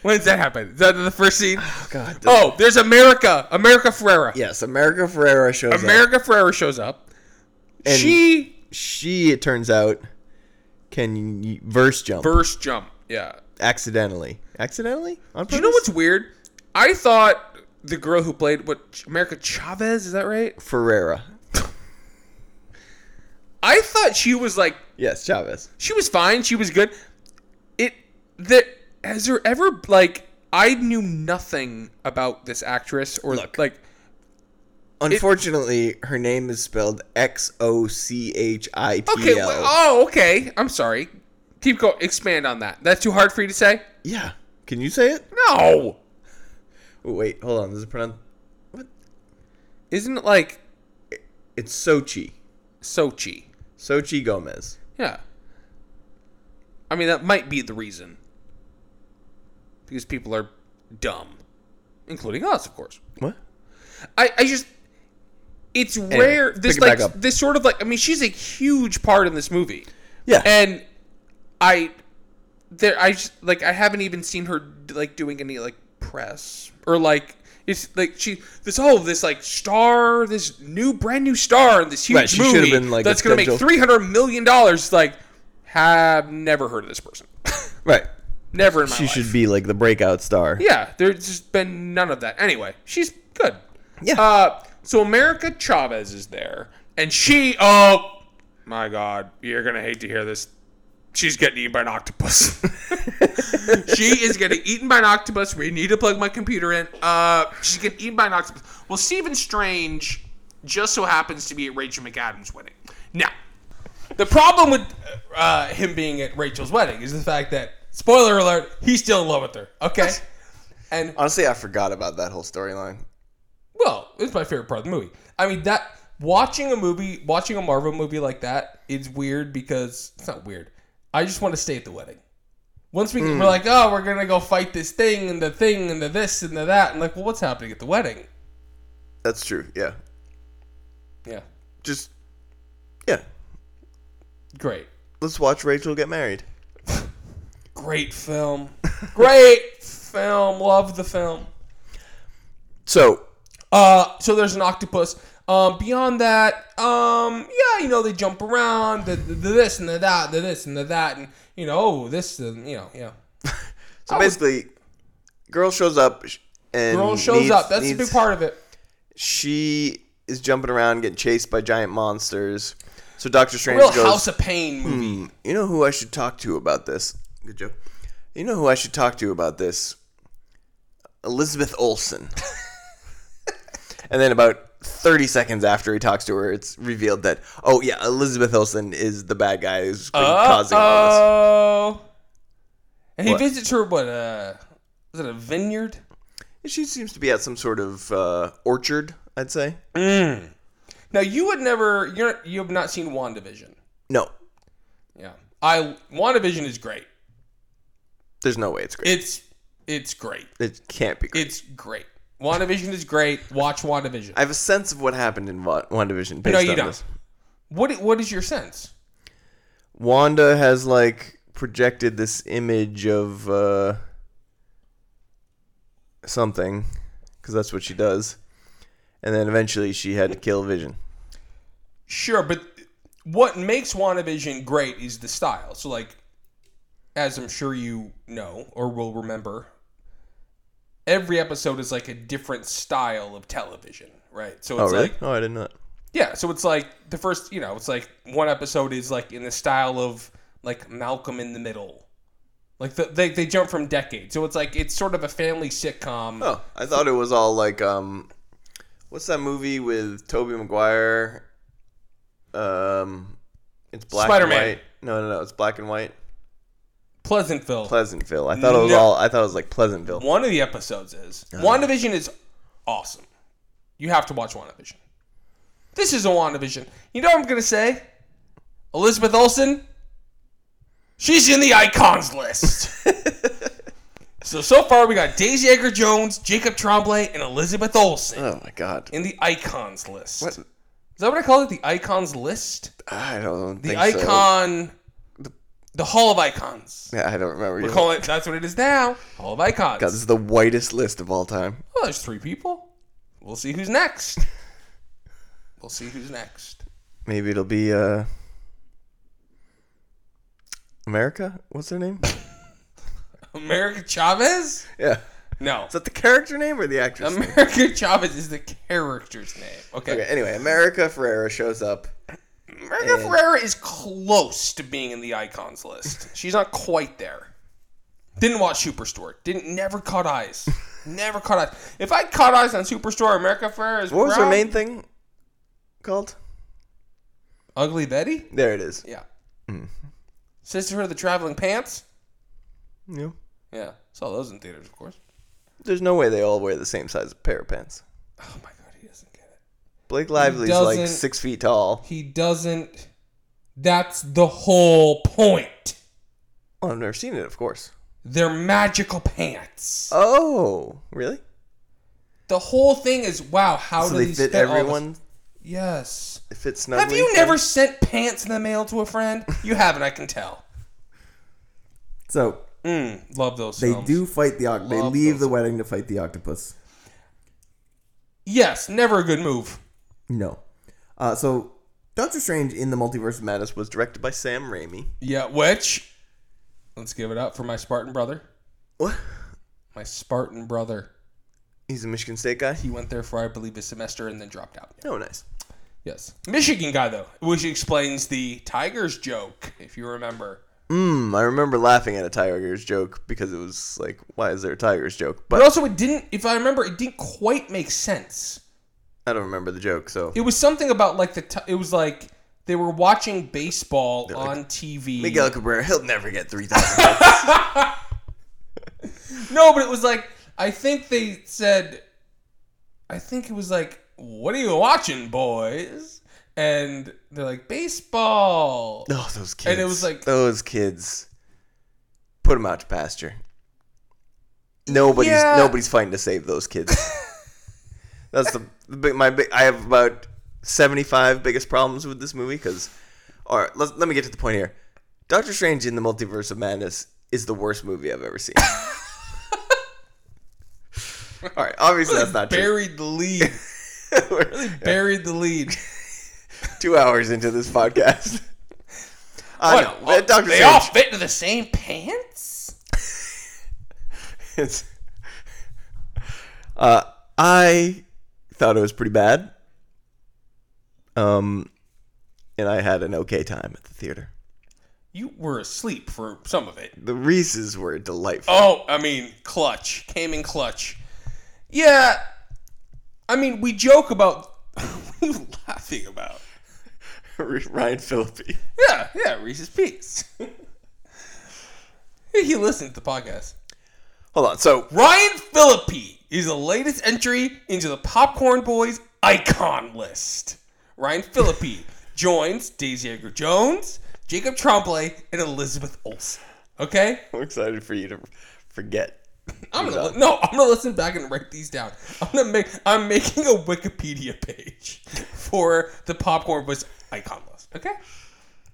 Speaker 2: when does that happen? Is that the first scene?
Speaker 1: Oh God.
Speaker 2: Oh, there's America. America Ferrera.
Speaker 1: Yes, America Ferrera shows up.
Speaker 2: America Ferrera shows up.
Speaker 1: And-
Speaker 2: she
Speaker 1: she it turns out can y- verse jump
Speaker 2: Verse jump. Yeah.
Speaker 1: accidentally. Accidentally? On
Speaker 2: Do you know
Speaker 1: purpose?
Speaker 2: what's weird? I thought the girl who played what Ch- America Chavez is that right?
Speaker 1: Ferrera?
Speaker 2: I thought she was like
Speaker 1: Yes, Chavez.
Speaker 2: she was fine. She was good. It that has there ever like I knew nothing about this actress or like
Speaker 1: Unfortunately, her name is spelled X O C H I T E L.
Speaker 2: okay well, oh okay I'm sorry. Keep going. Expand on that. That's too hard for you to say.
Speaker 1: Yeah. Can you say it?
Speaker 2: No,
Speaker 1: Oh, wait, hold on. This is pronounced.
Speaker 2: isn't it like
Speaker 1: It's Sochi.
Speaker 2: Sochi?
Speaker 1: Sochi Gomez.
Speaker 2: Yeah. I mean, that might be the reason. Because people are dumb. Including us, of course.
Speaker 1: What?
Speaker 2: I, I just. It's rare.
Speaker 1: pick
Speaker 2: This,
Speaker 1: it back
Speaker 2: like,
Speaker 1: up.
Speaker 2: this sort of like. I mean, she's a huge part in this movie.
Speaker 1: Yeah.
Speaker 2: And I. There, I just. Like, I haven't even seen her, like, doing any, like, press. Or, like. It's like she this whole this like star this new brand new star in this huge
Speaker 1: Right, she should have
Speaker 2: movie
Speaker 1: been, like, a
Speaker 2: that's gonna make
Speaker 1: potential-
Speaker 2: three hundred million dollars. Like, have never heard of this person. [laughs]
Speaker 1: right.
Speaker 2: never in my
Speaker 1: She
Speaker 2: life.
Speaker 1: should be like the breakout star.
Speaker 2: Yeah, there's just been none of that. Anyway, she's good.
Speaker 1: Yeah.
Speaker 2: Uh, so America Chavez is there, and she. Oh my God, you're gonna hate to hear this. She's getting eaten by an octopus. [laughs] she is getting eaten by an octopus. We need to plug my computer in. Uh, she's getting eaten by an octopus. Well, Stephen Strange just so happens to be at Rachel McAdams' wedding. Now, the problem with uh, him being at Rachel's wedding is the fact that, spoiler alert, he's still in love with her. Okay? And
Speaker 1: Honestly, I forgot about that whole storyline.
Speaker 2: well, it's my favorite part of the movie. I mean that watching a movie, watching a Marvel movie like that is weird because it's not weird. I just want to stay at the wedding. Once we we're like, oh, we're gonna go fight this thing and the thing and the this and the that, and like, well, what's happening at the wedding?
Speaker 1: That's true. Yeah.
Speaker 2: Yeah,
Speaker 1: Just. Yeah.
Speaker 2: great,
Speaker 1: Let's watch Rachel get married.
Speaker 2: great film, great film. Love the film.
Speaker 1: So,
Speaker 2: Uh, so there's an octopus. Um, beyond that, um, yeah, you know they jump around, the, the, the this and the that, the this and the that, and you know, oh, this, and, you know, yeah.
Speaker 1: so basically, girl shows up sh- and
Speaker 2: Girl shows
Speaker 1: needs-
Speaker 2: up. That's a big
Speaker 1: needs-
Speaker 2: part of it.
Speaker 1: She is jumping around, getting chased by giant monsters. So Doctor Strange
Speaker 2: Real
Speaker 1: goes,
Speaker 2: House of Pain movie.
Speaker 1: "Hmm, "You know who I should talk to about this? Good joke. You know who I should talk to about this? Elizabeth
Speaker 2: [laughs]
Speaker 1: Olsen." and then about. 30 seconds after he talks to her, it's revealed that, oh, yeah, Elizabeth Olsen is the bad guy who's causing all this.
Speaker 2: Oh. And he
Speaker 1: What?
Speaker 2: visits her. What? Uh, is it a vineyard?
Speaker 1: She seems to be at some sort of uh, orchard, I'd say.
Speaker 2: Now you would never. You're not- you have not seen Wandavision.
Speaker 1: No,
Speaker 2: Yeah, I Wandavision is great.
Speaker 1: there's no way it's great.
Speaker 2: It's it's great.
Speaker 1: It, can't be great.
Speaker 2: It's great. WandaVision is great. Watch WandaVision.
Speaker 1: I have a sense of what happened in Wa- WandaVision based
Speaker 2: no, you
Speaker 1: on
Speaker 2: don't.
Speaker 1: this.
Speaker 2: What i- what is your sense?
Speaker 1: Wanda has, like, projected this image of uh, something, because that's what she does. And then eventually she had to kill Vision.
Speaker 2: Sure, but what makes WandaVision great is the style. So like as I'm sure you know or will remember, every episode is like a different style of television, right? So
Speaker 1: Oh,
Speaker 2: it's
Speaker 1: really?
Speaker 2: like
Speaker 1: oh, I did not.
Speaker 2: yeah, so it's like the first, you know, it's like one episode is like in the style of like Malcolm in the Middle. Like the, they they jump from decade. So it's like it's sort of a family sitcom.
Speaker 1: Oh, I thought it was all like um, what's that movie with Toby Maguire? Um, it's black
Speaker 2: Spider-Man.
Speaker 1: and white. No, no, no, it's black and white.
Speaker 2: Pleasantville.
Speaker 1: Pleasantville. I thought it was
Speaker 2: No.
Speaker 1: all. I thought it was like Pleasantville.
Speaker 2: One of the episodes is.
Speaker 1: Uh-huh.
Speaker 2: WandaVision is awesome. You have to watch WandaVision. This is a WandaVision. You know what I'm going to say? Elizabeth Olsen, she's in the
Speaker 1: [laughs]
Speaker 2: icons list. so, so far we got Daisy Edgar Jones, Jacob Tremblay, and Elizabeth Olsen
Speaker 1: Oh my god.
Speaker 2: in the icons list. Is
Speaker 1: What?
Speaker 2: that what I call it? The icons list?
Speaker 1: I don't
Speaker 2: The
Speaker 1: think so.
Speaker 2: icon. The Hall of Icons.
Speaker 1: Yeah, I don't remember.
Speaker 2: We
Speaker 1: you-
Speaker 2: call it. That's what it is now. Hall of Icons.
Speaker 1: God, this is the whitest list of all time.
Speaker 2: Well, there's three people. We'll see who's next. we'll see who's next.
Speaker 1: Maybe it'll be uh, America? What's her
Speaker 2: [laughs]
Speaker 1: name?
Speaker 2: America Chavez?
Speaker 1: yeah.
Speaker 2: No.
Speaker 1: Is that the character name or the [laughs] actress? name?
Speaker 2: America Chavez is the character's name. Okay.
Speaker 1: Okay, anyway, America Ferrera shows up.
Speaker 2: America Ferrera is close to being in the icons list. She's not quite there. Didn't watch Superstore. Didn't never
Speaker 1: [laughs]
Speaker 2: caught eyes. Never caught eyes. If I caught eyes on Superstore, America Ferrera is
Speaker 1: What was her
Speaker 2: prob-
Speaker 1: main thing called?
Speaker 2: Ugly Betty.
Speaker 1: There it is.
Speaker 2: Yeah.
Speaker 1: Mm.
Speaker 2: Sisterhood of the Traveling Pants.
Speaker 1: Yeah.
Speaker 2: Yeah, saw those in theaters, of course.
Speaker 1: There's no way they all wear the same size pair of pants.
Speaker 2: Oh my god, he doesn't get it.
Speaker 1: Blake Lively's like
Speaker 2: doesn't-
Speaker 1: six feet tall.
Speaker 2: He doesn't. That's the whole point.
Speaker 1: Oh, I've never seen it, of course.
Speaker 2: They're magical pants.
Speaker 1: Oh, really?
Speaker 2: The whole thing is wow. How
Speaker 1: So
Speaker 2: do
Speaker 1: they
Speaker 2: these
Speaker 1: fit
Speaker 2: fit all this-
Speaker 1: everyone.
Speaker 2: Yes.
Speaker 1: It fits snugly.
Speaker 2: Have you
Speaker 1: for-
Speaker 2: never sent pants in the mail to a friend? You haven't, I can tell.
Speaker 7: So
Speaker 2: Mm, love those.
Speaker 7: they
Speaker 2: films.
Speaker 7: do fight the oct. They
Speaker 2: Love
Speaker 7: leave
Speaker 2: those.
Speaker 7: the wedding to fight the octopus.
Speaker 2: Yes, never a good move.
Speaker 7: No. Uh, so Doctor Strange in the Multiverse of Madness.
Speaker 1: Madness was directed by Sam Raimi.
Speaker 2: Yeah, which let's give it up for my Spartan brother.
Speaker 1: What?
Speaker 2: My Spartan brother.
Speaker 1: He's a Michigan State guy.
Speaker 2: He went there for I believe a semester and then dropped out.
Speaker 1: Oh, nice.
Speaker 2: Yes. Michigan guy, though, which explains the Tigers joke, if you remember.
Speaker 1: Mm, I remember laughing at a Tigers joke because it was like, why is there a Tigers joke?
Speaker 2: But
Speaker 1: But
Speaker 2: also, it didn't, if I remember, it didn't quite make sense.
Speaker 1: I don't remember the joke, so
Speaker 2: It was something about like the, t- it was like they were watching baseball on TV.
Speaker 1: Miguel Cabrera, he'll never get three thousand.
Speaker 2: No, but it was like, I think they said, I think it was like, what are you watching, boys? And they're like, baseball.
Speaker 1: oh, those kids!
Speaker 2: And it was like-
Speaker 1: those kids. Put them out to pasture. Nobody's
Speaker 2: Yeah.
Speaker 1: nobody's fighting to save those kids.
Speaker 2: [laughs]
Speaker 1: That's the, the big, my big. I have about seventy five biggest problems with this movie because, all right, let let me get to the point here. Doctor Strange in the Multiverse of Madness is the worst movie I've ever seen.
Speaker 2: [laughs]
Speaker 1: all right, obviously [laughs] that's not true.
Speaker 2: Buried the lead.
Speaker 1: [laughs] We're-
Speaker 2: Buried the lead.
Speaker 1: two hours into this podcast. I know.
Speaker 2: What? Oh,
Speaker 1: Doctor
Speaker 2: they
Speaker 1: Strange.
Speaker 2: all fit into the same pants?
Speaker 1: It's- uh, I thought it was pretty bad. Um, and I had an okay time at the theater.
Speaker 2: You were asleep for some of it.
Speaker 1: The Reese's were delightful.
Speaker 2: Oh, I mean, clutch. Came in clutch. Yeah. I mean, we joke about. [laughs] what are you laughing about? Oh.
Speaker 1: [laughs] Ryan Phillippe.
Speaker 2: Yeah, yeah, Reese's Peaks. [laughs] he listened to the podcast.
Speaker 1: Hold on. So
Speaker 2: Ryan Philippi is the latest entry into the Popcorn Boys icon list. Ryan Philippi joins Daisy Edgar Jones, Jacob Tremblay, and Elizabeth Olsen. Okay?
Speaker 1: I'm excited for you to forget.
Speaker 2: I'm gonna
Speaker 1: Who's
Speaker 2: li- no. I'm gonna listen back and write these down. I'm gonna make. I'm making a Wikipedia page [laughs] for the popcorn was icon list. Okay.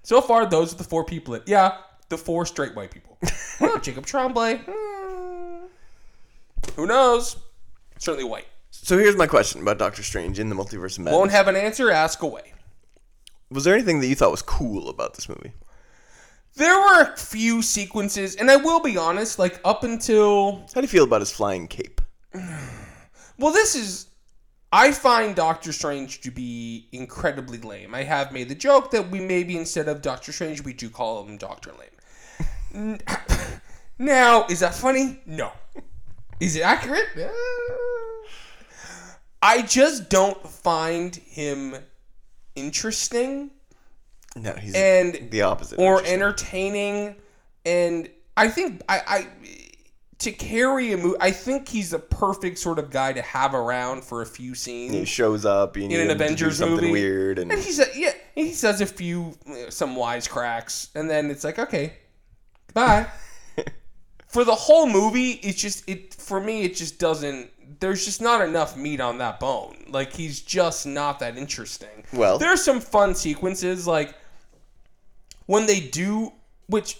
Speaker 2: So far, those are the four people. That, yeah, the four straight white people. well, Jacob Tremblay. hmm. Who knows? Certainly white.
Speaker 1: So here's my question about Doctor Strange in the Multiverse of Madness.
Speaker 2: Won't have an answer. Ask away.
Speaker 1: was there anything that you thought was cool about this movie?
Speaker 2: There were a few sequences, and I will be honest. Like up until
Speaker 1: How do you feel about his flying cape?
Speaker 2: Well, this is. I find Doctor Strange to be incredibly lame. I have made the joke that we maybe instead of Doctor Strange, we do call him Doctor Lame. N- [laughs] now, is that funny? No. Is it accurate? Uh, I just don't find him interesting
Speaker 1: No, he's
Speaker 2: and
Speaker 1: the opposite.
Speaker 2: or
Speaker 1: interesting.
Speaker 2: entertaining and i think i i to carry a movie i think he's the perfect sort of guy to have around for a few scenes
Speaker 1: he shows up you need
Speaker 2: in
Speaker 1: him
Speaker 2: an
Speaker 1: to do
Speaker 2: avengers
Speaker 1: something
Speaker 2: movie
Speaker 1: weird and,
Speaker 2: and he's a, yeah he says a few uh, some wisecracks and then it's like okay
Speaker 1: [laughs]
Speaker 2: bye for the whole movie it's just it for me it just doesn't there's just not enough meat on that bone like he's just not that interesting
Speaker 1: Well-
Speaker 2: there's some fun sequences like when they do which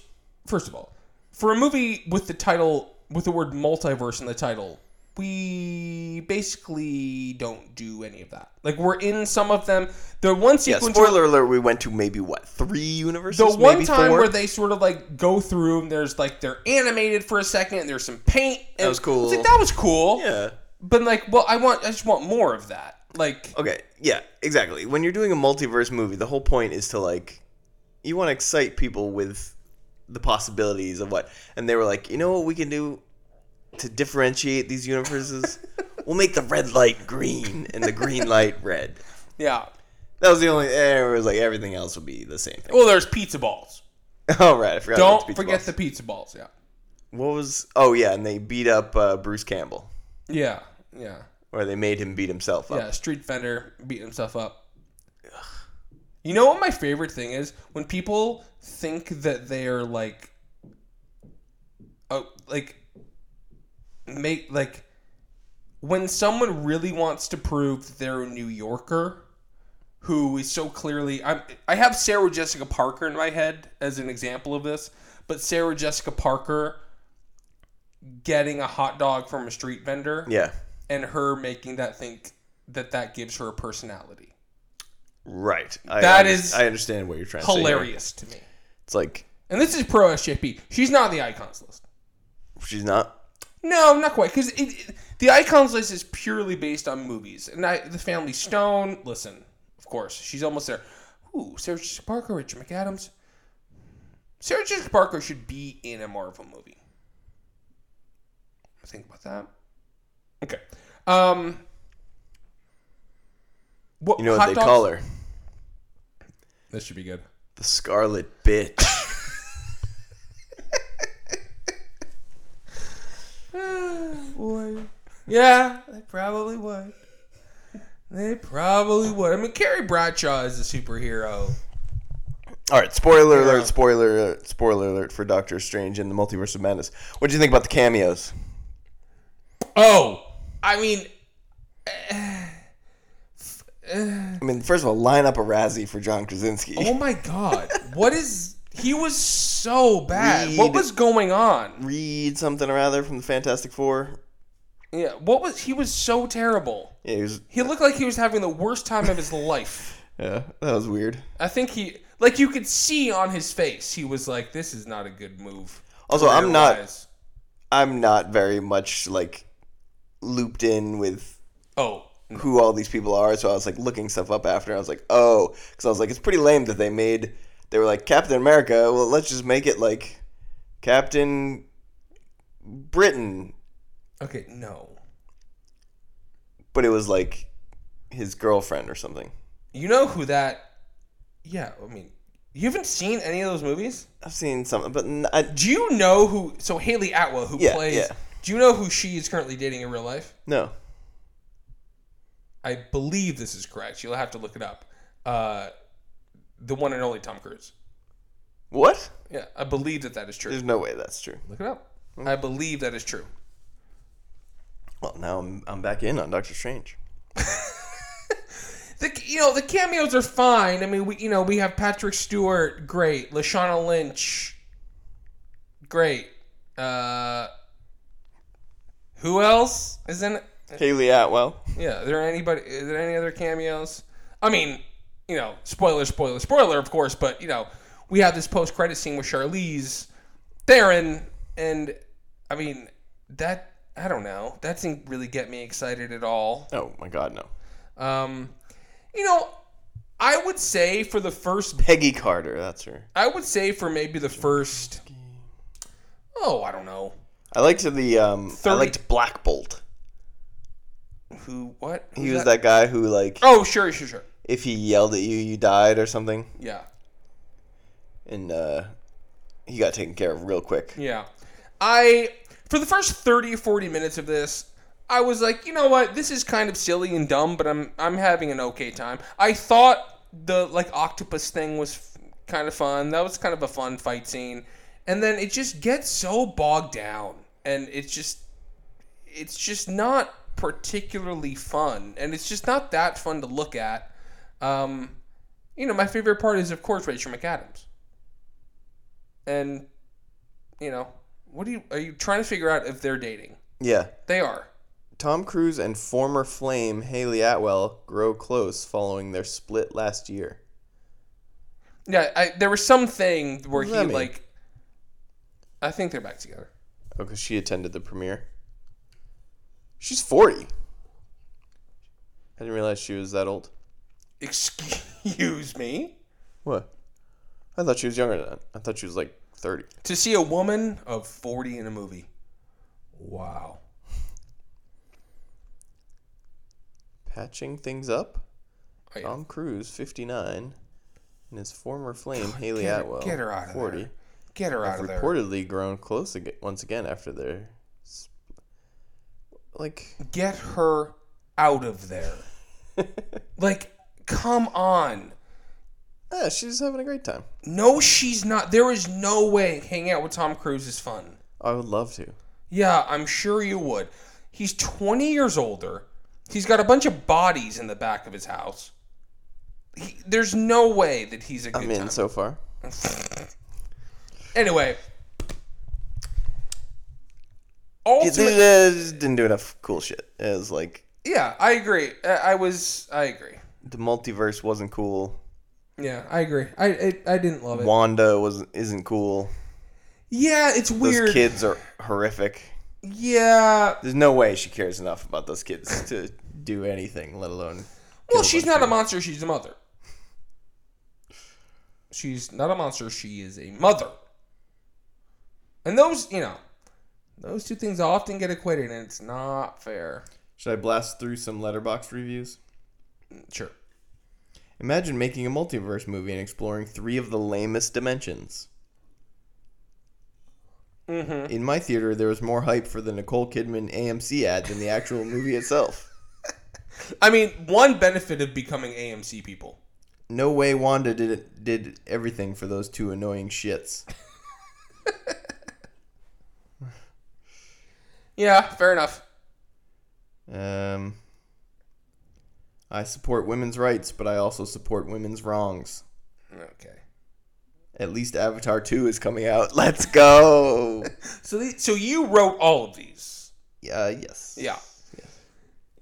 Speaker 2: first of all for a movie with the title with the word multiverse in the title we basically don't do any of that. Like we're in some of them. The one
Speaker 1: Yeah,
Speaker 2: sequence
Speaker 1: spoiler alert, we went to maybe what, three universes?
Speaker 2: the one
Speaker 1: maybe
Speaker 2: time
Speaker 1: four?
Speaker 2: where they sort of like go through and there's like they're animated for a second and there's some paint. And
Speaker 1: That was cool.
Speaker 2: I like, that was cool.
Speaker 1: Yeah.
Speaker 2: But like, well, I want I just want more of that. Like
Speaker 1: Okay, yeah, exactly. When you're doing a multiverse movie, the whole point is to like you want to excite people with the possibilities of what and they were like, "You know what we can do to differentiate these
Speaker 2: [laughs]
Speaker 1: universes? we'll make the red light green and the green light red."
Speaker 2: yeah.
Speaker 1: That was the only and it was like everything else would be the same thing. [laughs]
Speaker 2: Well, there's pizza balls.
Speaker 1: All right, I forgot. about
Speaker 2: Don't
Speaker 1: the pizza
Speaker 2: forget
Speaker 1: balls.
Speaker 2: the pizza balls. Yeah.
Speaker 1: What was Oh yeah, and they beat up uh, Bruce Campbell
Speaker 2: Yeah. Yeah.
Speaker 1: or they made him beat himself up.
Speaker 2: Yeah. Street vendor beating himself up. You know what my favorite thing is when people think that they are like, oh, like, make like, when someone really wants to prove that they're a New Yorker, who is so clearly I'm, I have Sarah Jessica Parker in my head as an example of this, but Sarah Jessica Parker getting a hot dog from a street vendor
Speaker 1: Yeah.
Speaker 2: and her making that think that that gives her a personality.
Speaker 1: Right. I
Speaker 2: That
Speaker 1: under-
Speaker 2: is
Speaker 1: I understand what you're trying to say. here.
Speaker 2: Hilarious to me.
Speaker 1: It's like
Speaker 2: And this is pro SJP. She's not on the icons list.
Speaker 1: she's not
Speaker 2: No, not quite. Because it, it- the icons list is purely based on movies. And I, the Family Stone, listen, of course, she's almost there. Ooh, Sarah Jessica Parker, Richard McAdams. Sarah Jessica Parker should be in a Marvel movie. Think about that. Okay. Um. What,
Speaker 1: You know what
Speaker 2: hot
Speaker 1: they
Speaker 2: dogs?
Speaker 1: call her?
Speaker 2: This should be good.
Speaker 1: The Scarlet Bitch. [laughs]
Speaker 2: would. Yeah, they probably would. They probably would. I mean, Carrie Bradshaw is a superhero.
Speaker 1: All right, spoiler alert, spoiler alert, spoiler alert for Doctor Strange and the Multiverse of Madness. What do you think about the cameos?
Speaker 2: Oh, I mean,
Speaker 1: I mean, first of all, line up a Razzie for John Krasinski.
Speaker 2: oh my god, what is? He was so bad.
Speaker 1: Reed.
Speaker 2: What was going on?
Speaker 1: Read something or other from the Fantastic Four.
Speaker 2: Yeah, what was? He was so terrible.
Speaker 1: Yeah, he was,
Speaker 2: He looked like he was having the worst time of his life.
Speaker 1: yeah, that was weird.
Speaker 2: I think he, like, you could see on his face, he was like, "This is not a good move."
Speaker 1: Also, I'm not-
Speaker 2: career-wise.
Speaker 1: I'm not very much like looped in with
Speaker 2: Oh,
Speaker 1: who all these people are, so I was like looking stuff up after. and I was like, oh, because I was like, it's pretty lame that they made. They were like Captain America. Well, let's just make it like Captain Britain,
Speaker 2: okay, no.
Speaker 1: but it was like his girlfriend or something.
Speaker 2: You know who that? Yeah, I mean, you haven't seen any of those movies.
Speaker 1: I've seen something, but n- I,
Speaker 2: Do you know who? So Haley Atwell, who
Speaker 1: Yeah,
Speaker 2: plays.
Speaker 1: yeah.
Speaker 2: Do you know who she is currently dating in real life?
Speaker 1: no.
Speaker 2: I believe this is correct. You'll have to look it up. Uh, the one and only Tom Cruise.
Speaker 1: What?
Speaker 2: Yeah, I believe that that is true.
Speaker 1: There's no way that's true.
Speaker 2: Look it up.
Speaker 1: Mm.
Speaker 2: I believe that is true.
Speaker 1: Well, now I'm, I'm back in on Doctor Strange.
Speaker 2: The you know the cameos are fine. I mean we you know we have Patrick Stewart, great. Lashana Lynch, great. Uh, who else is in it?
Speaker 1: Haley Atwell.
Speaker 2: Yeah, are there anybody? Is there any other cameos? I mean, you know, spoiler, spoiler, spoiler, of course, but you know, we have this post-credit scene with Charlize Theron, and I mean, that I don't know, that didn't really get me excited at all.
Speaker 1: Oh my God, no.
Speaker 2: Um, you know, I would say for the first,
Speaker 1: Peggy Carter. That's her.
Speaker 2: I would say for maybe the first, oh, I don't know,
Speaker 1: I liked the. Um, I
Speaker 2: Thirty-
Speaker 1: liked Black Bolt.
Speaker 2: who, what,
Speaker 1: He was that guy who like.
Speaker 2: Oh, sure, sure, sure,
Speaker 1: if he yelled at you, you died or something,
Speaker 2: yeah,
Speaker 1: and uh, he got taken care of real quick.
Speaker 2: Yeah. I for the first 30 or 40 minutes of this, I was like, you know what? This is kind of silly and dumb, but I'm I'm having an okay time. I thought the like octopus thing was f- kind of fun. That was kind of a fun fight scene. And then it just gets so bogged down and it's just it's just not particularly fun and it's just not that fun to look at. Um you know, my favorite part is of course Rachel McAdams. And you know, what do you are you trying to figure out if they're dating?
Speaker 1: Yeah,
Speaker 2: They are.
Speaker 1: Tom Cruise and former flame Haley Atwell grow close following their split last year.
Speaker 2: Yeah, I, there was some thing where
Speaker 1: What
Speaker 2: he
Speaker 1: does that mean?
Speaker 2: like. I think they're back together. [laughs]
Speaker 1: Oh, because she attended the premiere. She's 40. I didn't realize she was that old.
Speaker 2: Excuse me.
Speaker 1: What? I thought she was younger than that. I thought she was like 30.
Speaker 2: To see a woman of forty in a movie. Wow.
Speaker 1: Patching things up?
Speaker 2: Oh, yeah.
Speaker 1: Tom Cruise, 59, and his former flame, Haley
Speaker 2: get her-
Speaker 1: Atwell,
Speaker 2: get her out of
Speaker 1: 40,
Speaker 2: there. Get her out
Speaker 1: have
Speaker 2: of there.
Speaker 1: reportedly grown close aga once again after their. sp- Like,
Speaker 2: Get her out of there. like, come on.
Speaker 1: yeah, she's having a great time.
Speaker 2: No, she's not. There is no way hanging out with Tom Cruise is fun.
Speaker 1: I would love to.
Speaker 2: Yeah, I'm sure you would. He's 20 years older. He's got a bunch of bodies in the back of his house. He, there's no way that he's a good
Speaker 1: I'm in
Speaker 2: time.
Speaker 1: so far.
Speaker 2: anyway.
Speaker 1: It, it,
Speaker 2: Ultimate,
Speaker 1: it didn't do enough cool shit. It was like,
Speaker 2: yeah, I agree. I, I was, I agree.
Speaker 1: the multiverse wasn't cool.
Speaker 2: Yeah, I agree. I, I, I didn't love it.
Speaker 1: Wanda was isn't cool.
Speaker 2: Yeah, it's
Speaker 1: Those
Speaker 2: weird.
Speaker 1: kids are horrific.
Speaker 2: Yeah.
Speaker 1: There's no way she cares enough about those kids to do anything, let alone.
Speaker 2: Well, she's not a monster. She's a mother. She's not a monster. She is a mother. And those, you know, those two things often get equated, and it's not fair.
Speaker 1: Should I blast through some letterbox reviews?
Speaker 2: Sure.
Speaker 1: Imagine making a multiverse movie and exploring three of the lamest dimensions.
Speaker 2: Mm-hmm.
Speaker 1: In my theater, there was more hype for the Nicole Kidman AMC ad than the actual movie itself.
Speaker 2: I mean, one benefit of becoming AMC people.
Speaker 1: No way Wanda did it, did everything for those two annoying shits.
Speaker 2: Yeah, fair enough.
Speaker 1: Um, I support women's rights, but I also support women's wrongs.
Speaker 2: Okay.
Speaker 1: At least Avatar 2 is coming out. [laughs] Let's
Speaker 2: [laughs]
Speaker 1: go.
Speaker 2: So, the, so you wrote all of these.
Speaker 1: Yeah, yes.
Speaker 2: Yeah.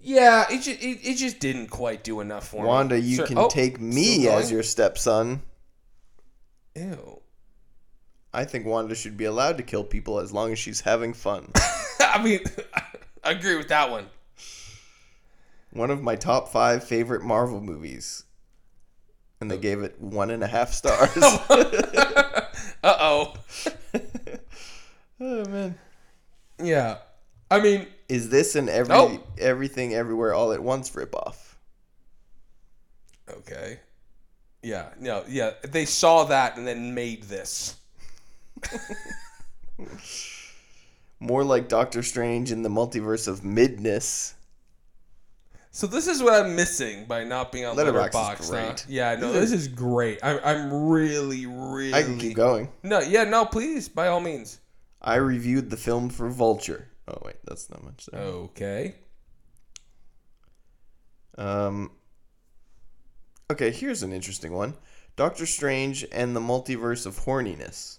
Speaker 2: Yeah, it just it, it just didn't quite do enough for me.
Speaker 1: Wanda, you
Speaker 2: Sir-
Speaker 1: can
Speaker 2: oh,
Speaker 1: take me
Speaker 2: still
Speaker 1: as
Speaker 2: going?
Speaker 1: your stepson.
Speaker 2: Ew. [laughs]
Speaker 1: I think Wanda should be allowed to kill people as long as she's having fun. [coughs]
Speaker 2: I mean, [laughs] I agree with that one.
Speaker 1: One of my top five favorite Marvel movies. And
Speaker 2: Oh.
Speaker 1: they gave it one and a half stars. [laughs]
Speaker 2: [laughs]
Speaker 1: oh,
Speaker 2: Uh oh.
Speaker 1: man.
Speaker 2: Yeah. I mean,
Speaker 1: Is this an every
Speaker 2: Oh.
Speaker 1: everything everywhere all at once ripoff?
Speaker 2: okay. Yeah. No, yeah. They saw that and then made this.
Speaker 1: More like Doctor Strange in the multiverse of midness.
Speaker 2: So this is what I'm missing by not being on
Speaker 1: Letterboxd is
Speaker 2: Letterboxd. huh?
Speaker 1: great.
Speaker 2: Yeah, no, this is great. I'm, I'm really, really.
Speaker 1: I can keep going.
Speaker 2: No, yeah, no, please, by all means.
Speaker 1: I reviewed the film for Vulture. Oh wait, that's not much there.
Speaker 2: Oh. Okay.
Speaker 1: Um, okay, here's an interesting one: Doctor Strange and the Multiverse of Horniness.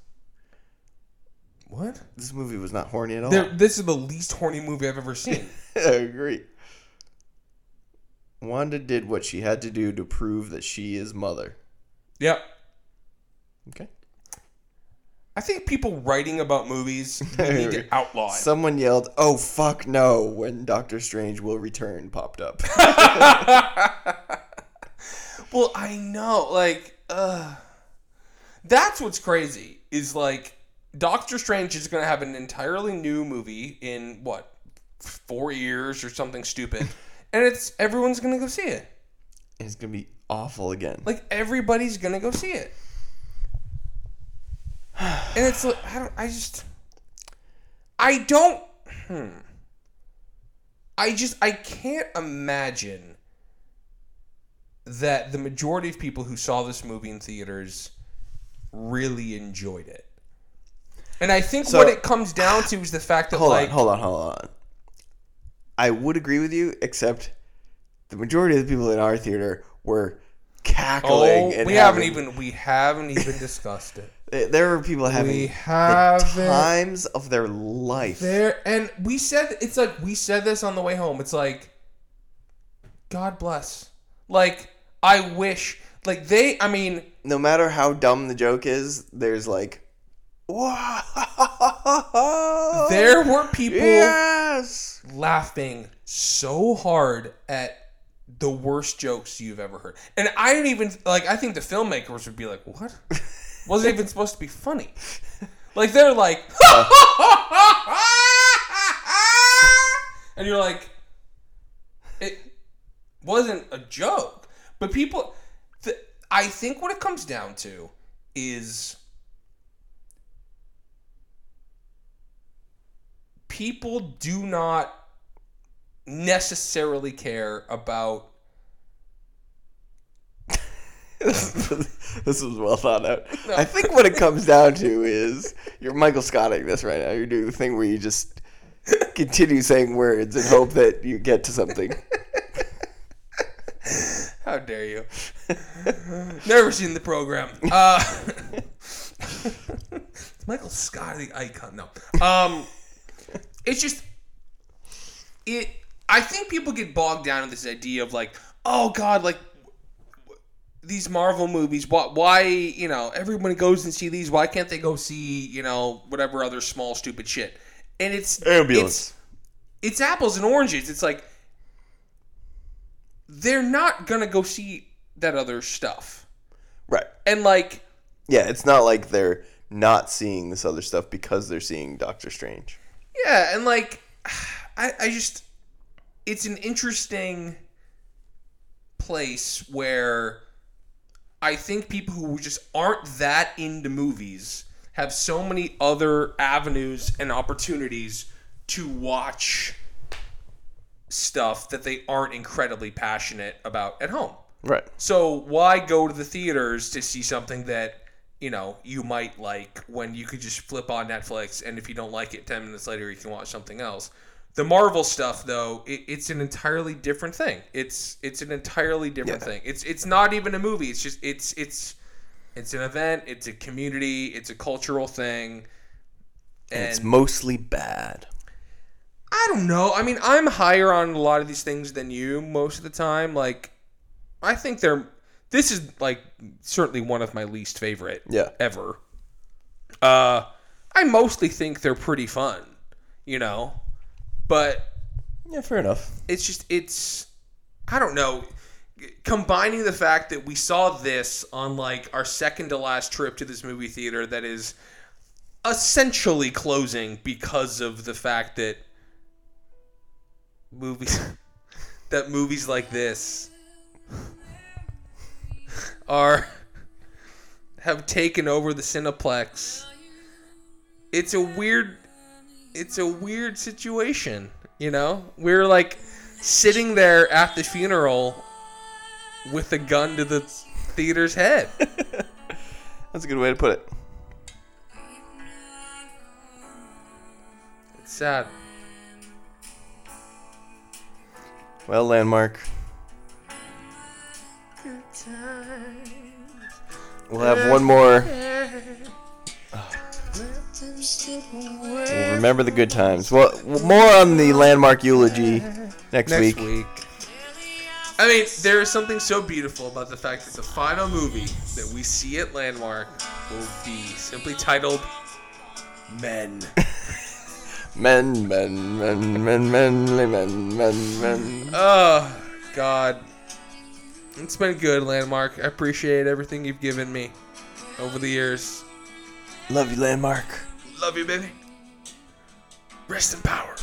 Speaker 2: What?
Speaker 1: This movie was not horny at all.
Speaker 2: There, this is the least horny movie I've ever seen.
Speaker 1: [laughs] I agree. Wanda did what she had to do to prove that she is mother.
Speaker 2: yep.
Speaker 1: Okay.
Speaker 2: I think people writing
Speaker 1: [laughs]
Speaker 2: about movies we need to outlaw it.
Speaker 1: Someone yelled, "Oh fuck no!" when Doctor Strange will return popped up. [laughs]
Speaker 2: Well, I know, like, uh, that's what's crazy is like Doctor Strange is going to have an entirely new movie in what four years or something stupid, and it's everyone's going to go see it.
Speaker 1: it's gonna be awful again.
Speaker 2: Like everybody's going to go see it, and it's like I don't, I just, I don't, hmm, I just, I can't imagine that the majority of people who saw this movie in theaters really enjoyed it. And I think
Speaker 1: So-
Speaker 2: what it comes down to is the fact that
Speaker 1: hold
Speaker 2: like
Speaker 1: on, hold on, hold on. I would agree with you, except the majority of the people in our theater were cackling.
Speaker 2: oh,
Speaker 1: and
Speaker 2: we haven't
Speaker 1: having-
Speaker 2: even we haven't even discussed it.
Speaker 1: They- There are people [laughs] having
Speaker 2: We
Speaker 1: the
Speaker 2: haven't-
Speaker 1: times of their life.
Speaker 2: There and we said it's like we said this on the way home. It's like God bless. Like I wish like they I mean
Speaker 1: No matter how dumb the joke is, there's like, wow.
Speaker 2: there were people
Speaker 1: Yes. [laughs]
Speaker 2: laughing so hard at the worst jokes you've ever heard. And I didn't even like I think the filmmakers would be like, "What? Wasn't even supposed to be funny." Like they're like [laughs] And you're like it wasn't a joke. But people th- I think what it comes down to is people do not necessarily care about
Speaker 1: this was well thought out. I think what it comes down to is you're Michael Scotting this right now. You're doing the thing where you just continue saying words and hope that you get to something.
Speaker 2: how dare you [laughs] never seen the program uh [laughs] michael scott the icon no um it's just it i think people get bogged down in this idea of like oh god like these Marvel movies, why, why, you know, everyone goes and see these. Why can't they go see, you know, whatever other small stupid shit? And it's
Speaker 8: Ambulance.
Speaker 2: It's, it's apples and oranges. It's like they're not gonna go see that other stuff.
Speaker 1: Right.
Speaker 2: And like,
Speaker 1: Yeah, it's not like they're not seeing this other stuff because they're seeing Doctor Strange.
Speaker 2: yeah, and like, [sighs] I, I just, it's an interesting place where I think people who just aren't that into movies have so many other avenues and opportunities to watch stuff that they aren't incredibly passionate about at home.
Speaker 1: Right.
Speaker 2: So why go to the theaters to see something that you know you might like when you could just flip on Netflix and if you don't like it, ten minutes later you can watch something else. The Marvel stuff, though, it, it's an entirely different thing. It's it's an entirely different
Speaker 1: Yeah.
Speaker 2: thing. It's it's not even a movie. It's just it's it's it's an event. It's a community. It's a cultural thing. And
Speaker 1: It's mostly bad.
Speaker 2: I don't know. I mean, I'm higher on a lot of these things than you most of the time. Like, I think they're. This is like certainly one of my least favorite
Speaker 1: Yeah.
Speaker 2: ever. Uh, I mostly think they're pretty fun, you know, but
Speaker 1: Yeah, fair enough.
Speaker 2: it's just it's I don't know. Combining the fact that we saw this on like our second to last trip to this movie theater that is essentially closing because of the fact that movies [laughs] that movies like this are have taken over the Cineplex. It's a weird it's a weird situation, you know? We're like sitting there at the funeral with a gun to the theater's head.
Speaker 1: That's a good way to put it.
Speaker 2: It's sad.
Speaker 1: Well, landmark. We'll have one more. We'll remember the good times. Well, more on the landmark eulogy next,
Speaker 2: Next
Speaker 1: week.
Speaker 2: week. I mean, there is something so beautiful about the fact that the final movie that we see at Landmark will be simply titled Men.
Speaker 1: Men, men, men, men, men, men, men, men.
Speaker 2: Oh, God. It's been good, Landmark. I appreciate everything you've given me over the years.
Speaker 1: Love you, landmark.
Speaker 2: Love you, baby. Rest in power.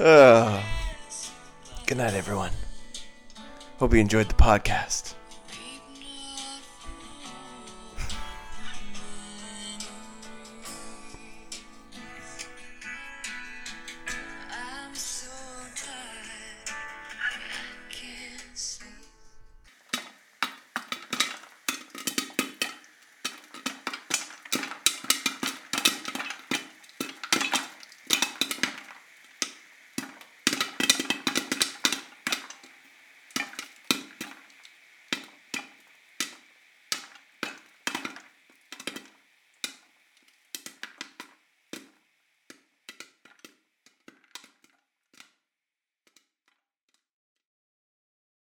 Speaker 1: Ah. Good night, everyone. Hope you enjoyed the podcast.